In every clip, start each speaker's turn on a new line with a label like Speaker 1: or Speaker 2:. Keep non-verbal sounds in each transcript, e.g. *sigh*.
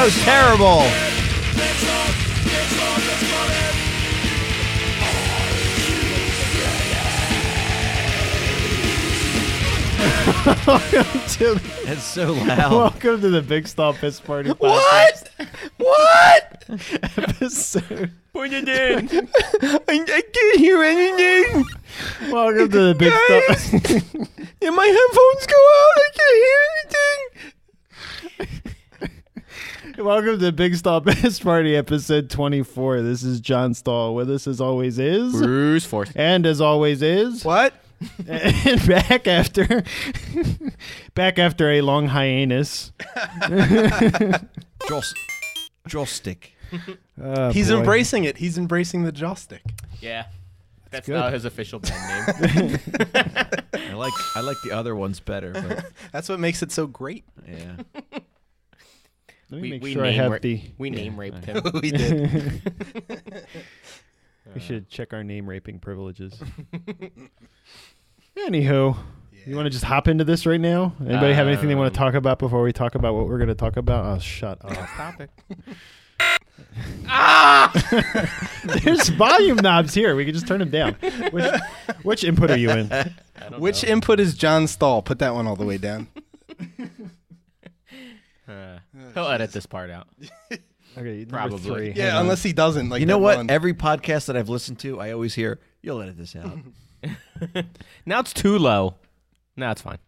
Speaker 1: was terrible.
Speaker 2: *laughs* That's so loud.
Speaker 1: Welcome to the Big Stop Piss Party.
Speaker 2: Um, *laughs* what? What?
Speaker 1: Episode. *laughs*
Speaker 2: Put it in. I, I can't hear anything.
Speaker 1: Welcome to the Big
Speaker 2: Guys.
Speaker 1: Stop.
Speaker 3: *laughs*
Speaker 2: Did my headphones go out? I can't hear
Speaker 1: *laughs*
Speaker 2: anything.
Speaker 1: Welcome to the Big Stop *laughs* Piss Party, episode 24. This is John Stahl. With us, as always, is.
Speaker 2: Bruce Force.
Speaker 1: And as always, is.
Speaker 2: What?
Speaker 1: *laughs* and back after *laughs* back after a long hiatus.
Speaker 2: Joss. Joss stick.
Speaker 1: Oh,
Speaker 3: He's
Speaker 1: boy.
Speaker 3: embracing it. He's embracing the joystick.
Speaker 4: Yeah. That's
Speaker 1: good.
Speaker 4: not his official band name. *laughs*
Speaker 2: I like I like the other ones better. But
Speaker 3: *laughs* That's what makes it so
Speaker 2: *laughs*
Speaker 3: great.
Speaker 2: yeah.
Speaker 1: Let me
Speaker 4: we
Speaker 1: make
Speaker 4: we
Speaker 1: sure I
Speaker 4: name
Speaker 1: have
Speaker 4: ra-
Speaker 1: the.
Speaker 4: we name raped him. *laughs*
Speaker 3: we did.
Speaker 1: *laughs*
Speaker 2: Uh,
Speaker 1: We should check our name raping
Speaker 2: *laughs*
Speaker 1: privileges. Anywho, you want to just hop into this right now? Anybody have anything they want
Speaker 4: Um,
Speaker 1: to talk about before we talk about what we're going to talk about? Oh, shut up.
Speaker 2: *laughs*
Speaker 3: Topic.
Speaker 2: Ah!
Speaker 1: *laughs* There's volume knobs here. We can just turn them down. Which, which input are you
Speaker 2: *laughs*
Speaker 1: in?
Speaker 4: I don't
Speaker 3: Which
Speaker 4: know.
Speaker 3: input is John Stahl? Put that one all the way
Speaker 2: *laughs*
Speaker 3: down.
Speaker 4: Uh, he'll edit this part out.
Speaker 1: Okay, number
Speaker 4: Probably.
Speaker 1: three. Hang
Speaker 3: yeah,
Speaker 1: on.
Speaker 3: unless he doesn't. Like
Speaker 2: You know
Speaker 3: that
Speaker 2: what?
Speaker 3: one.
Speaker 2: Every podcast that I've listened to, I always hear, "You'll edit this out."
Speaker 4: Now it's too low. Now it's fine.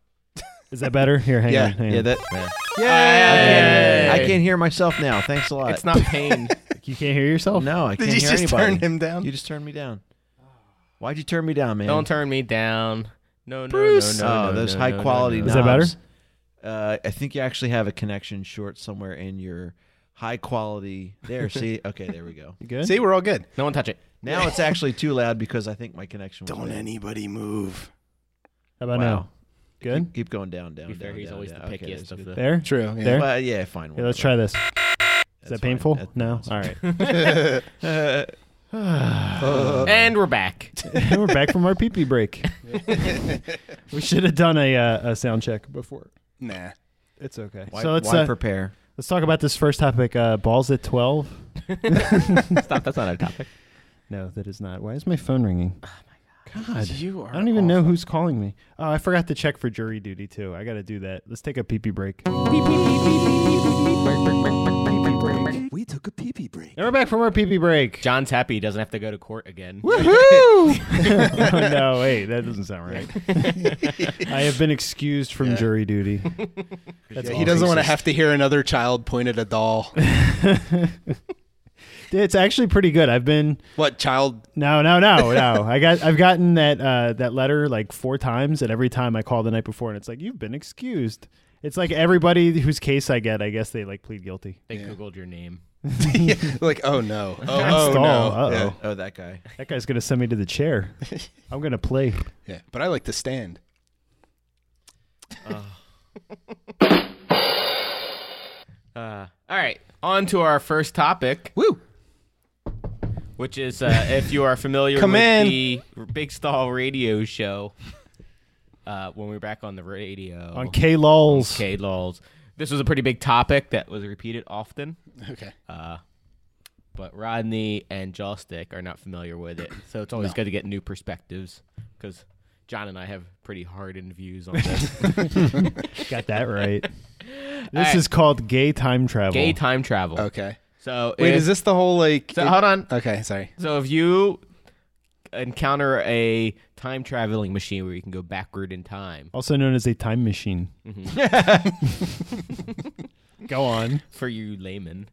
Speaker 1: is that better? Here, hang
Speaker 2: yeah,
Speaker 1: on. Hang
Speaker 2: yeah.
Speaker 1: on.
Speaker 2: That.
Speaker 4: Yay!
Speaker 2: I can't hear myself now. Thanks a lot.
Speaker 4: It's not *laughs* pain.
Speaker 1: you can't hear yourself.
Speaker 2: No, I
Speaker 3: Did
Speaker 2: can't
Speaker 3: you
Speaker 2: hear
Speaker 3: just
Speaker 2: anybody.
Speaker 3: turn him down?
Speaker 2: You just turned me down. Why'd you turn me down, man?
Speaker 4: don't turn me down. No, no,
Speaker 2: Bruce.
Speaker 4: no, no,
Speaker 2: oh,
Speaker 4: no,
Speaker 2: those
Speaker 4: no,
Speaker 2: high
Speaker 4: no,
Speaker 2: quality.
Speaker 4: no,
Speaker 1: Is
Speaker 4: no.
Speaker 1: that better?
Speaker 2: knobs. Uh, I think you actually have a connection short somewhere in your high quality. There, see. Okay, there we go.
Speaker 1: You good?
Speaker 3: See, we're all good.
Speaker 4: No one touch it.
Speaker 2: Now it's actually too loud because I think my connection. Was
Speaker 3: Don't
Speaker 2: bad.
Speaker 3: anybody move.
Speaker 1: How about
Speaker 2: Wow.
Speaker 1: now? Good?
Speaker 2: Keep, keep going down, down.
Speaker 4: To be fair,
Speaker 2: down,
Speaker 4: he's
Speaker 2: down,
Speaker 4: always
Speaker 2: down.
Speaker 4: the
Speaker 2: Okay, that's
Speaker 4: pickiest of
Speaker 2: good.
Speaker 4: the.
Speaker 1: There?
Speaker 3: True. Yeah.
Speaker 1: There?
Speaker 2: Well, yeah, fine.
Speaker 1: Here, let's try this. Is that painful? No? All right.
Speaker 4: And we're *laughs* back.
Speaker 1: *sighs* We're back from our pee pee break. we should have done a, uh, a sound check before.
Speaker 3: Nah.
Speaker 1: It's okay.
Speaker 2: Why,
Speaker 1: so let's
Speaker 2: why
Speaker 1: uh,
Speaker 2: prepare?
Speaker 1: let's talk about this first topic. Uh, balls at twelve.
Speaker 4: Stop. That's not our topic.
Speaker 1: No, that is not. Why is my phone ringing? Oh my god!
Speaker 3: You are
Speaker 1: I don't even know who's calling me. Oh, I forgot to check for jury duty too. I got to do that. Let's take a pee pee break.
Speaker 3: We took a pee pee break.
Speaker 1: And we're back from our pee pee
Speaker 4: *laughs*
Speaker 1: break.
Speaker 4: John's happy. He doesn't have to go to court again.
Speaker 1: *laughs* oh, no, wait, that doesn't sound right. I have been excused from jury duty.
Speaker 2: Oh,
Speaker 3: Yeah, he doesn't want to have to hear another child point at a doll.
Speaker 1: It's actually pretty good. I've been
Speaker 3: what child? *laughs*
Speaker 1: No, no, no, no. I got I've gotten that uh, that letter like four times, and every time I call the night before, and it's like you've been excused. It's like everybody whose case I get, I guess they like plead guilty.
Speaker 4: They googled your name.
Speaker 3: Yeah, like, oh no. Oh, oh
Speaker 1: Stahl,
Speaker 3: no.
Speaker 1: uh-oh.
Speaker 2: Oh, that guy.
Speaker 1: That guy's gonna send me to
Speaker 3: *laughs*
Speaker 1: the chair. I'm gonna play.
Speaker 3: Yeah. yeah. But I like to stand.
Speaker 4: Uh, all right, on to our first topic.
Speaker 3: Woo.
Speaker 4: which is uh, if you are familiar
Speaker 3: Come
Speaker 4: with
Speaker 3: in.
Speaker 4: the Big Stall radio show. Uh, when we were back on the radio
Speaker 1: On K lols.
Speaker 4: K lols, this was a pretty big topic that was repeated often.
Speaker 3: Okay.
Speaker 4: Uh, but Rodney and Jawstick are not familiar with it, so it's always good to get new perspectives because John and I have pretty hardened
Speaker 3: *laughs*
Speaker 4: views on this.
Speaker 1: Got that
Speaker 4: *laughs*
Speaker 1: right. This
Speaker 4: right.
Speaker 1: is called gay time travel.
Speaker 4: Gay time travel.
Speaker 3: Okay.
Speaker 4: So
Speaker 3: Wait,
Speaker 4: if-
Speaker 3: is this the whole like?
Speaker 4: So hold on.
Speaker 3: okay, sorry.
Speaker 4: So if you encounter a time traveling machine where you can go backward in time
Speaker 1: also known as a time machine.
Speaker 4: Mm-hmm.
Speaker 1: *laughs* Go on.
Speaker 4: for you laymen,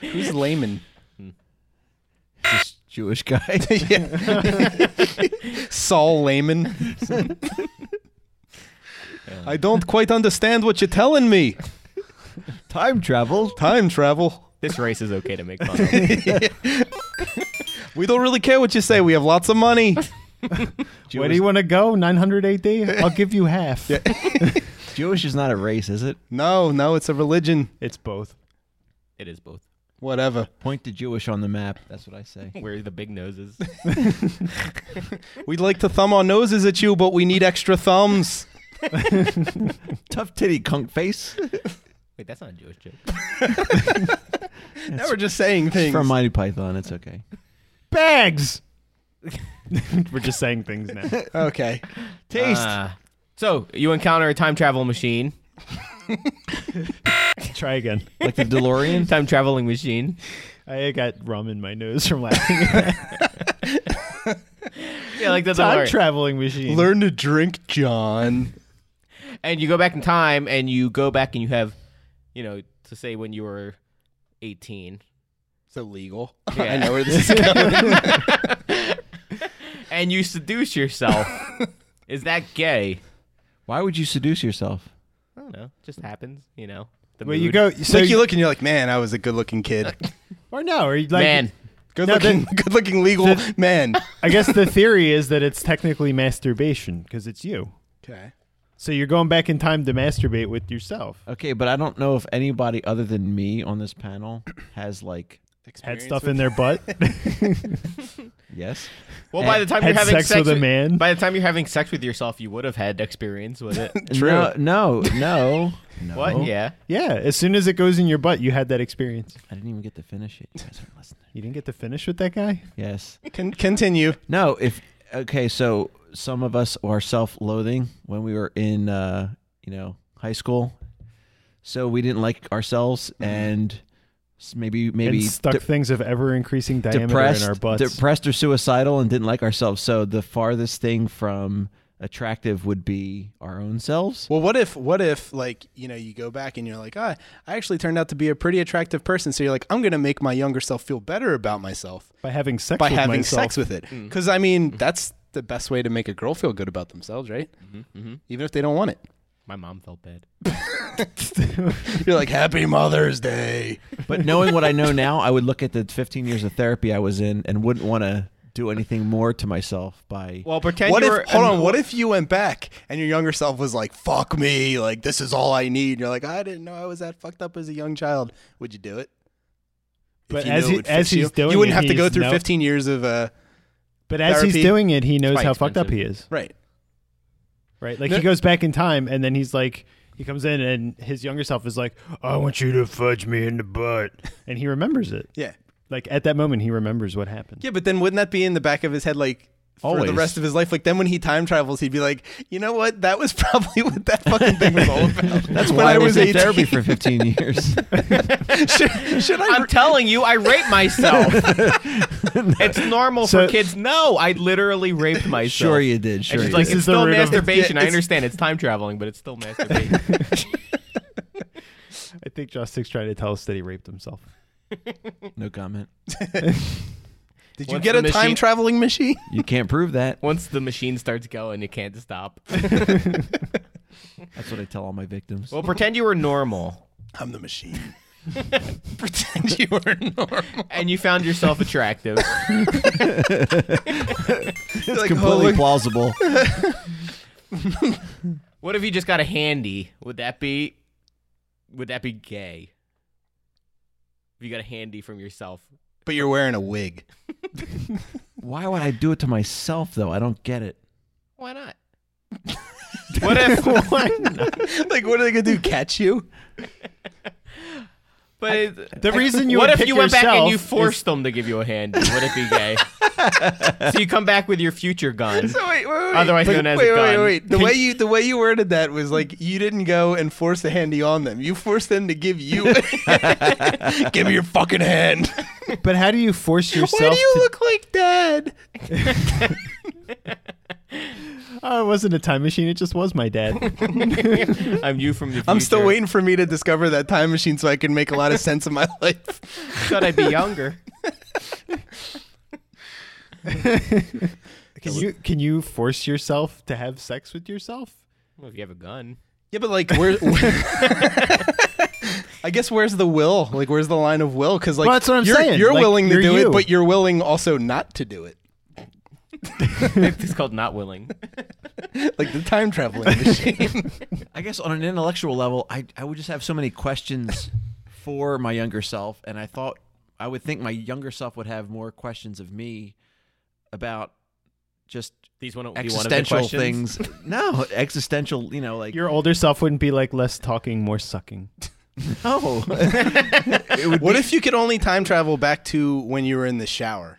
Speaker 3: Who's layman?
Speaker 2: Hmm. This
Speaker 3: *laughs*
Speaker 2: Jewish guy. *laughs*
Speaker 3: Saul Layman. I don't quite understand what you're telling me.
Speaker 2: Time travel.
Speaker 3: Time travel.
Speaker 4: this race is okay to make fun of.
Speaker 3: We don't really care what you say. We have lots of money.
Speaker 1: Where do you want to go? 900 AD? I'll give you half.
Speaker 2: Jewish is not a race, is it?
Speaker 3: No, no, it's a religion.
Speaker 1: It's both.
Speaker 4: It is both.
Speaker 3: Whatever.
Speaker 2: Point to Jewish on the map. That's what I say. *laughs*
Speaker 4: Where the big noses.
Speaker 3: We'd like to thumb our noses at you, but we need extra thumbs.
Speaker 2: Tough titty, kunk face.
Speaker 4: Wait, like, that's not a Jewish joke.
Speaker 3: Now we're just saying
Speaker 2: It's
Speaker 3: things.
Speaker 2: from Mighty Python. It's okay.
Speaker 1: Bags. We're just saying things now.
Speaker 3: okay.
Speaker 2: Taste.
Speaker 4: Uh, so you encounter a time travel machine,
Speaker 1: *laughs* Try again.
Speaker 2: like the DeLorean.
Speaker 4: *laughs* time traveling machine.
Speaker 1: I got rum in my nose from laughing at
Speaker 4: Yeah, like the
Speaker 1: the time
Speaker 4: DeLorean.
Speaker 1: traveling machine.
Speaker 3: Learn to drink, John.
Speaker 4: and you go back in time, and you go back, and you have, you know, to say when you were eighteen,
Speaker 3: It's illegal. *laughs*
Speaker 4: Yeah.
Speaker 3: I know where this is going.
Speaker 4: and you seduce yourself. Is that gay?
Speaker 2: Why would you seduce yourself?
Speaker 4: I don't know. It just happens, you know. The
Speaker 1: Well, you
Speaker 4: mood.
Speaker 1: go. So
Speaker 3: like you look and you're like, man, I was a good-looking *laughs* kid.
Speaker 1: or no? Or you like?
Speaker 4: man.
Speaker 3: Good
Speaker 1: No,
Speaker 3: looking, *laughs* good looking legal man.
Speaker 1: *laughs* I guess the theory is that it's technically masturbation because it's you.
Speaker 3: Okay.
Speaker 1: So you're going back in time to masturbate with yourself.
Speaker 2: Okay, but I don't know if anybody other than me on this panel has like
Speaker 1: Had stuff in their butt.
Speaker 2: yes.
Speaker 4: Well, by the time you're
Speaker 1: Had
Speaker 4: having
Speaker 1: sex with a man.
Speaker 4: by the time you're having sex with yourself, you would have had experience with it.
Speaker 3: True.
Speaker 2: No, no, no. no.
Speaker 4: what? Yeah.
Speaker 1: *laughs* yeah. As soon as it goes in your butt, you had that experience.
Speaker 2: I didn't even get to finish it. You guys aren't listening.
Speaker 1: You didn't get to finish with that guy.
Speaker 2: Yes.
Speaker 3: Con- continue.
Speaker 2: No, if okay, so some of us are self-loathing when we were in uh, you know, high school. So we didn't like ourselves and s- maybe maybe
Speaker 1: and stuck
Speaker 2: de-
Speaker 1: things of ever increasing diameter
Speaker 2: depressed,
Speaker 1: in our butts.
Speaker 2: depressed or suicidal and didn't like ourselves. So the farthest thing from attractive would be our own selves.
Speaker 3: Well, what if, what if, like, you know, you go back and you're like, ah, I actually turned out to be a pretty attractive person. So you're like, I'm going to make my younger self feel better about myself
Speaker 1: by having sex
Speaker 3: by
Speaker 1: with
Speaker 3: having
Speaker 1: myself. Mm. Mm-hmm.
Speaker 3: sex with it. Because, I mean, that's the best way to make a girl feel good about themselves, right?
Speaker 1: Mm-hmm.
Speaker 3: Even if they don't want it.
Speaker 4: My mom felt bad.
Speaker 3: You're like, Happy Mother's Day.
Speaker 2: But knowing what I know now, I would look at the 15 years of therapy I was in and wouldn't want to do anything more to myself by
Speaker 4: Well, pretend
Speaker 3: what
Speaker 4: you
Speaker 3: if,
Speaker 4: were
Speaker 3: hold
Speaker 4: an-
Speaker 3: on, what if you went back and your younger self was like, fuck me, like, this is all I need? And you're like, I didn't know I was that fucked up as a young child. Would you do it? If
Speaker 1: But
Speaker 3: you
Speaker 1: as
Speaker 3: knew
Speaker 1: he-
Speaker 3: it would
Speaker 1: as
Speaker 3: fix
Speaker 1: he's
Speaker 3: you?
Speaker 1: doing
Speaker 3: you wouldn't
Speaker 1: it,
Speaker 3: have to go
Speaker 1: he's
Speaker 3: through
Speaker 1: no-
Speaker 3: 15 years of, uh,
Speaker 1: But as he's
Speaker 3: Therapy.
Speaker 1: doing it, he knows
Speaker 4: quite
Speaker 1: how fucked up he
Speaker 4: expensive.
Speaker 1: is.
Speaker 3: right.
Speaker 1: Right? Like
Speaker 3: No-
Speaker 1: he goes back in time and then he's like he comes in and his younger self is like, "I want you to fudge me in the *laughs* butt." And he remembers it.
Speaker 3: Yeah.
Speaker 1: Like at that moment he remembers what happened.
Speaker 3: Yeah, but then wouldn't that be in the back of his head, like, for
Speaker 2: Always.
Speaker 3: the rest of his life? Like, then when he time travels, he'd be like, you know what? That was *laughs* probably what that fucking thing was all about.
Speaker 2: That's
Speaker 3: when
Speaker 2: why I was in
Speaker 3: 18.
Speaker 2: therapy for 15 years.
Speaker 3: should, should I?
Speaker 4: I'm telling you, I raped myself. it's normal
Speaker 1: So-
Speaker 4: for kids. No, I literally raped myself.
Speaker 2: sure you did.
Speaker 4: And
Speaker 2: Sure.
Speaker 4: she's
Speaker 2: you
Speaker 4: like,
Speaker 1: This
Speaker 2: did.
Speaker 4: it's
Speaker 1: is the
Speaker 4: still
Speaker 1: root of-
Speaker 4: masturbation.
Speaker 3: Yeah,
Speaker 4: I
Speaker 3: it's-
Speaker 4: understand it's time traveling, but it's still masturbation.
Speaker 1: I think Josh Six tried to tell us that he raped himself.
Speaker 2: no comment.
Speaker 3: Did you
Speaker 4: Once
Speaker 3: get
Speaker 4: the
Speaker 3: a time
Speaker 4: machine-
Speaker 3: traveling machine?
Speaker 2: You can't prove that.
Speaker 4: Once the machine starts going, you can't stop.
Speaker 2: That's what I tell all my victims.
Speaker 4: well, pretend you were normal
Speaker 3: I'm the machine. *laughs* Pretend you were normal.
Speaker 4: and you found yourself attractive.
Speaker 3: It's
Speaker 2: Completely plausible.
Speaker 4: What if you just got a handy? Would that be would that be gay? If you got a handy from yourself.
Speaker 3: but you're wearing a wig.
Speaker 2: Why would I do it to myself though? I don't get it.
Speaker 4: Why not? what
Speaker 3: *laughs*
Speaker 4: if
Speaker 3: like, what are they gonna do? Catch you?
Speaker 4: but it-
Speaker 1: The reason you
Speaker 4: what
Speaker 1: would
Speaker 4: if
Speaker 1: pick
Speaker 4: you went back and
Speaker 1: yourself
Speaker 4: you
Speaker 1: is-
Speaker 4: forced them to give you a handy? Would it be gay?
Speaker 3: *laughs*
Speaker 4: so you come back with your future gun.
Speaker 3: wait, wait, wait.
Speaker 4: Otherwise known as a
Speaker 3: wait, wait,
Speaker 4: gun.
Speaker 3: wait. The way you the way you worded that was like you didn't go and force a handy on them. You forced them to give you. *laughs* a- give me your fucking hand.
Speaker 1: *laughs* But how do you force yourself
Speaker 3: *laughs* Why do you
Speaker 1: to
Speaker 3: look like dad?
Speaker 1: *laughs* Oh, it wasn't a time machine, it just was my *laughs* dad.
Speaker 4: I'm you from the future.
Speaker 3: I'm still waiting for me to discover that time machine so I can make a lot of sense of my *laughs* life. *laughs*
Speaker 4: Should I be younger?
Speaker 1: Can you can you force yourself to have sex with yourself?
Speaker 4: Well, if you have a gun.
Speaker 3: Yeah, but like, where? *laughs* I guess where's the will? Like, where's the line of will? Because like,
Speaker 1: Well, that's what I'm
Speaker 3: you're,
Speaker 1: saying.
Speaker 3: You're
Speaker 1: Like,
Speaker 3: willing to
Speaker 1: you're
Speaker 3: do
Speaker 1: you.
Speaker 3: it, but you're willing also not to do it. *laughs*
Speaker 4: It's called not willing.
Speaker 3: Like the time
Speaker 1: *laughs*
Speaker 3: traveling machine.
Speaker 2: I guess on an intellectual level, I, I would just have so many questions for my younger self, and I thought I would think my younger self would have more questions of me about just
Speaker 4: These one be one of the
Speaker 2: existential
Speaker 4: questions.
Speaker 2: things. no, existential. You know, like
Speaker 1: Your older self wouldn't be like less talking, more sucking.
Speaker 3: *laughs*
Speaker 2: No.
Speaker 3: What if you could only time travel back to when you were in the
Speaker 1: *laughs*
Speaker 3: shower?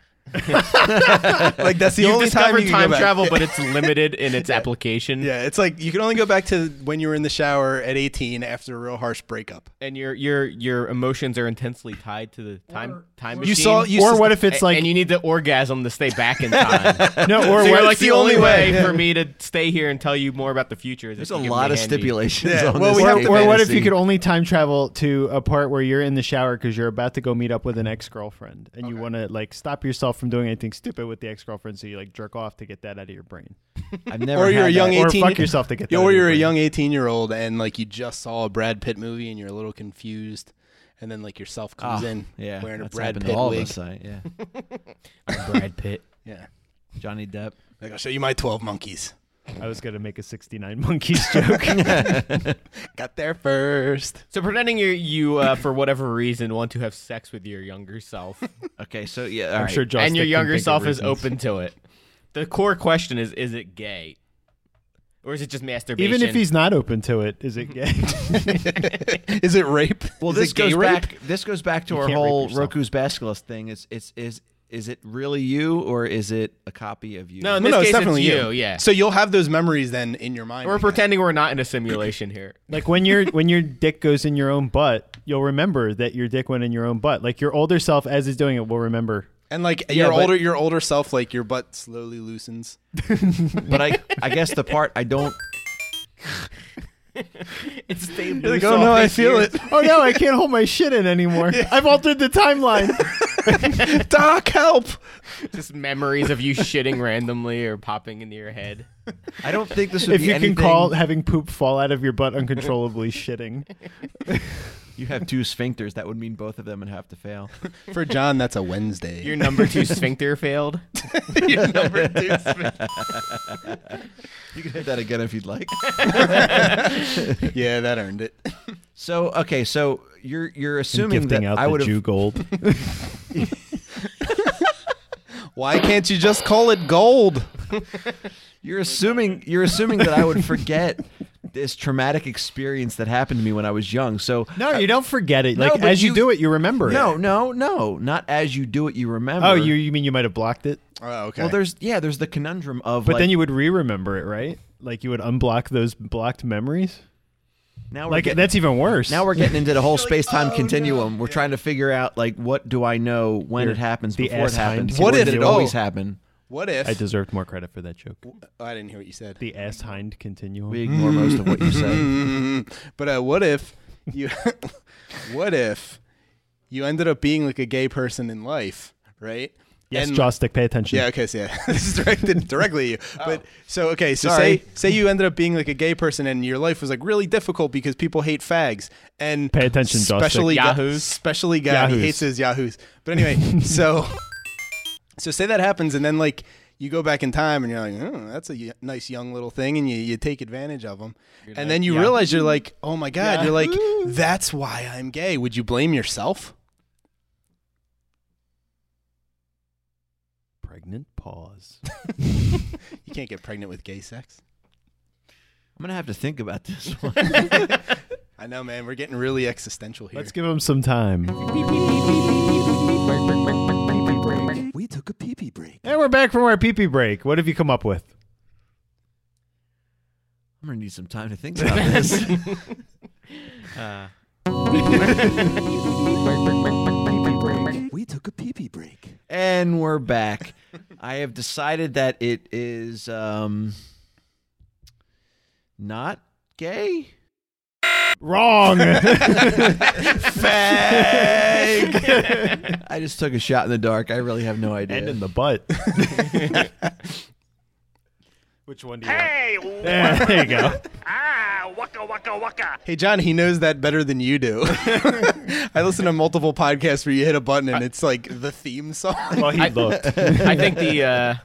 Speaker 3: like that's the
Speaker 4: you
Speaker 3: only time
Speaker 4: discovered
Speaker 3: you can
Speaker 4: time
Speaker 3: go back.
Speaker 4: travel,
Speaker 3: *laughs*
Speaker 4: but it's limited in its application.
Speaker 3: Yeah, it's like you can only go back to when you were in the shower at 18 after a real harsh breakup.
Speaker 4: And your your your emotions are intensely tied to the time time machine.
Speaker 3: You saw you
Speaker 1: or
Speaker 3: saw-
Speaker 1: what if it's
Speaker 4: A-
Speaker 1: like
Speaker 4: and you need the orgasm to stay back
Speaker 1: *laughs*
Speaker 4: in time.
Speaker 1: no? Or
Speaker 4: so
Speaker 1: what?
Speaker 4: you're like
Speaker 3: the
Speaker 4: the only
Speaker 3: only
Speaker 4: way
Speaker 3: way.
Speaker 4: for me to stay here and tell you more about the future. Is if
Speaker 2: There's
Speaker 4: you
Speaker 2: a
Speaker 4: give me
Speaker 2: lot of
Speaker 4: handy.
Speaker 2: stipulations
Speaker 3: Yeah,
Speaker 2: on
Speaker 3: well,
Speaker 2: this.
Speaker 3: we have
Speaker 2: game
Speaker 3: to-
Speaker 1: or what if you
Speaker 2: fantasy.
Speaker 1: could only time travel to a part where you're in the shower because you're about to go meet up with an ex-girlfriend and you want to like stop yourself from doing anything stupid with the ex-girlfriend so you like jerk off to get that out of your brain
Speaker 2: I've never
Speaker 3: Or you're
Speaker 2: had
Speaker 3: a young
Speaker 2: that.
Speaker 1: or
Speaker 3: 18
Speaker 1: fuck yourself to get that out
Speaker 3: or
Speaker 1: of your
Speaker 3: you're a
Speaker 1: brain.
Speaker 3: young 18 year old and like you just saw a Brad Pitt movie and you're a little confused, and then like yourself comes
Speaker 2: Ah,
Speaker 3: in
Speaker 2: yeah,
Speaker 3: wearing a
Speaker 2: that's
Speaker 3: Brad
Speaker 2: happened
Speaker 3: Pitt
Speaker 2: to all
Speaker 3: wig.
Speaker 2: Of us, I- yeah,
Speaker 4: Brad Pitt.
Speaker 3: Yeah,
Speaker 2: Johnny Depp.
Speaker 3: like I'll show you my 12 monkeys.
Speaker 1: i was gonna make a 69 *laughs* monkeys joke
Speaker 3: Got there first. *laughs*
Speaker 4: So pretending you you uh, for whatever reason want to have sex with your
Speaker 1: *laughs*
Speaker 4: younger self,
Speaker 2: Okay, so yeah, all
Speaker 1: i'm
Speaker 2: right.
Speaker 1: sure Josh
Speaker 4: and your
Speaker 1: Dick can
Speaker 4: younger
Speaker 1: think of
Speaker 4: self is
Speaker 1: reasons.
Speaker 4: open to it. The core question is: Is it gay, or is it just masturbation?
Speaker 1: *laughs* even if he's not open to it is it gay
Speaker 4: Mm-hmm.
Speaker 1: *laughs*
Speaker 3: Is it rape?
Speaker 2: Well,
Speaker 3: Is
Speaker 2: this
Speaker 3: it gay
Speaker 2: goes
Speaker 3: rape?
Speaker 2: back. This goes back to
Speaker 1: You
Speaker 2: our
Speaker 1: can't rape
Speaker 2: whole
Speaker 1: yourself.
Speaker 2: Roku's Basculus thing. It's it's is is it really you or is it a copy of you?
Speaker 4: no, in
Speaker 3: No,
Speaker 4: this
Speaker 3: no,
Speaker 4: case
Speaker 3: it's definitely
Speaker 4: it's
Speaker 3: you.
Speaker 4: you. Yeah,
Speaker 3: So you'll have those memories then in your mind.
Speaker 4: we're
Speaker 3: I guess.
Speaker 4: pretending we're not in a
Speaker 1: *laughs*
Speaker 4: simulation here.
Speaker 1: Like when your when your dick goes in your own butt, you'll remember that your dick went in your own butt. Like your older self, as is doing it, will remember.
Speaker 3: And like
Speaker 2: Yeah,
Speaker 3: your
Speaker 2: but-
Speaker 3: older your older self, like your butt slowly loosens.
Speaker 2: but I I guess the part I don't.
Speaker 4: It's stayed
Speaker 3: You're like, oh no, I feel it.
Speaker 1: Oh no, I can't hold my shit
Speaker 3: *laughs*
Speaker 1: in anymore. I've altered the timeline.
Speaker 3: Doc, help!
Speaker 4: Just memories of you shitting randomly or popping into your head.
Speaker 2: I don't think this would
Speaker 1: if
Speaker 2: be
Speaker 1: you
Speaker 2: anything.
Speaker 1: can call having poop fall out of your butt uncontrollably shitting.
Speaker 2: *laughs* you have two sphincters. That would mean both of them would have to fail.
Speaker 3: For John, that's a Wednesday.
Speaker 4: Your number two sphincter failed. *laughs*
Speaker 3: Your number two. *laughs*
Speaker 2: You can hit that again if you'd like.
Speaker 3: yeah, that earned it.
Speaker 2: So okay, so you're you're assuming that I would have *laughs*
Speaker 1: gold.
Speaker 3: Why can't you just call it gold?
Speaker 2: you're assuming you're assuming that I would forget *laughs* this traumatic experience that happened to me when I was young. So
Speaker 1: No, you don't forget it.
Speaker 2: No,
Speaker 1: Like
Speaker 2: but
Speaker 1: as you,
Speaker 2: you-
Speaker 1: do it, you remember
Speaker 2: no,
Speaker 1: it.
Speaker 2: no, no, not as you do it, you remember.
Speaker 1: Oh, you you mean you might have blocked it?
Speaker 3: Oh, okay.
Speaker 2: Well, there's yeah, there's the conundrum of
Speaker 1: But
Speaker 2: like,
Speaker 1: then you would re-remember it, right? Like you would unblock those blocked memories.
Speaker 2: now we're
Speaker 1: Like
Speaker 2: get-
Speaker 1: that's even worse.
Speaker 2: now we're getting into the whole
Speaker 3: *laughs* You're like,
Speaker 2: space time
Speaker 3: oh,
Speaker 2: continuum.
Speaker 3: no.
Speaker 2: We're
Speaker 3: Yeah.
Speaker 2: trying to figure out like what do I know when
Speaker 1: You're
Speaker 2: it happens
Speaker 1: the
Speaker 2: before it
Speaker 1: ass hind
Speaker 2: happens.
Speaker 3: What
Speaker 2: What did
Speaker 3: if-
Speaker 2: it always
Speaker 3: oh.
Speaker 1: *laughs*
Speaker 2: happen?
Speaker 3: what if
Speaker 1: I deserved more credit for that joke.
Speaker 3: Oh, I didn't hear what you said.
Speaker 1: The ass hind continuum.
Speaker 2: We ignore most of what
Speaker 1: *laughs*
Speaker 2: you say.
Speaker 3: Mm, but uh, what if you? *laughs* what if you ended up being like a gay person in life, right?
Speaker 1: Yes,
Speaker 3: And-
Speaker 1: Josh, Stick, pay attention.
Speaker 3: Yeah, okay, so yeah, *laughs* this is directed directly at you. But so okay, so
Speaker 2: Sorry.
Speaker 3: say say you ended up being like a gay person and your life was like really difficult because people hate fags and
Speaker 1: Pay attention, Josh.
Speaker 3: especially
Speaker 4: Like
Speaker 3: guy-
Speaker 4: Yahoos?
Speaker 3: especially guy
Speaker 1: Yahoos.
Speaker 3: he hates his yahoos. But
Speaker 1: *laughs*
Speaker 3: anyway, so so say that happens and then like you go back in time and you're like, oh, that's a y- nice young little thing, and you, you take advantage of them, and then you realize you're like, oh my god, you're *laughs* like, that's why I'm gay. Would you blame yourself?
Speaker 1: Pregnant pause.
Speaker 3: You can't get pregnant with gay sex.
Speaker 2: I'm gonna have to think about this *laughs* one.
Speaker 3: I know, man. We're getting really existential here.
Speaker 1: Let's give him some time.
Speaker 3: We took a pee pee break.
Speaker 1: And we're back from our pee pee break. What have you come up with?
Speaker 2: I'm gonna need some time to think about
Speaker 1: *laughs*
Speaker 2: this.
Speaker 4: Uh,
Speaker 3: We took a pee pee break.
Speaker 2: And we're back. I have decided that it is um not gay.
Speaker 3: *laughs*
Speaker 1: Wrong.
Speaker 2: *laughs* I just took a shot in the dark. I really have no idea.
Speaker 1: and in
Speaker 3: *laughs*
Speaker 1: the butt. Which one do you want?
Speaker 5: Hey,
Speaker 1: Yeah, there you go.
Speaker 5: ah, waka waka waka.
Speaker 3: Hey, John, he knows that better than you do. *laughs* I listen to multiple podcasts where you hit a button and it's like the theme song.
Speaker 1: Well, he
Speaker 4: I-
Speaker 1: looked.
Speaker 4: I think the uh,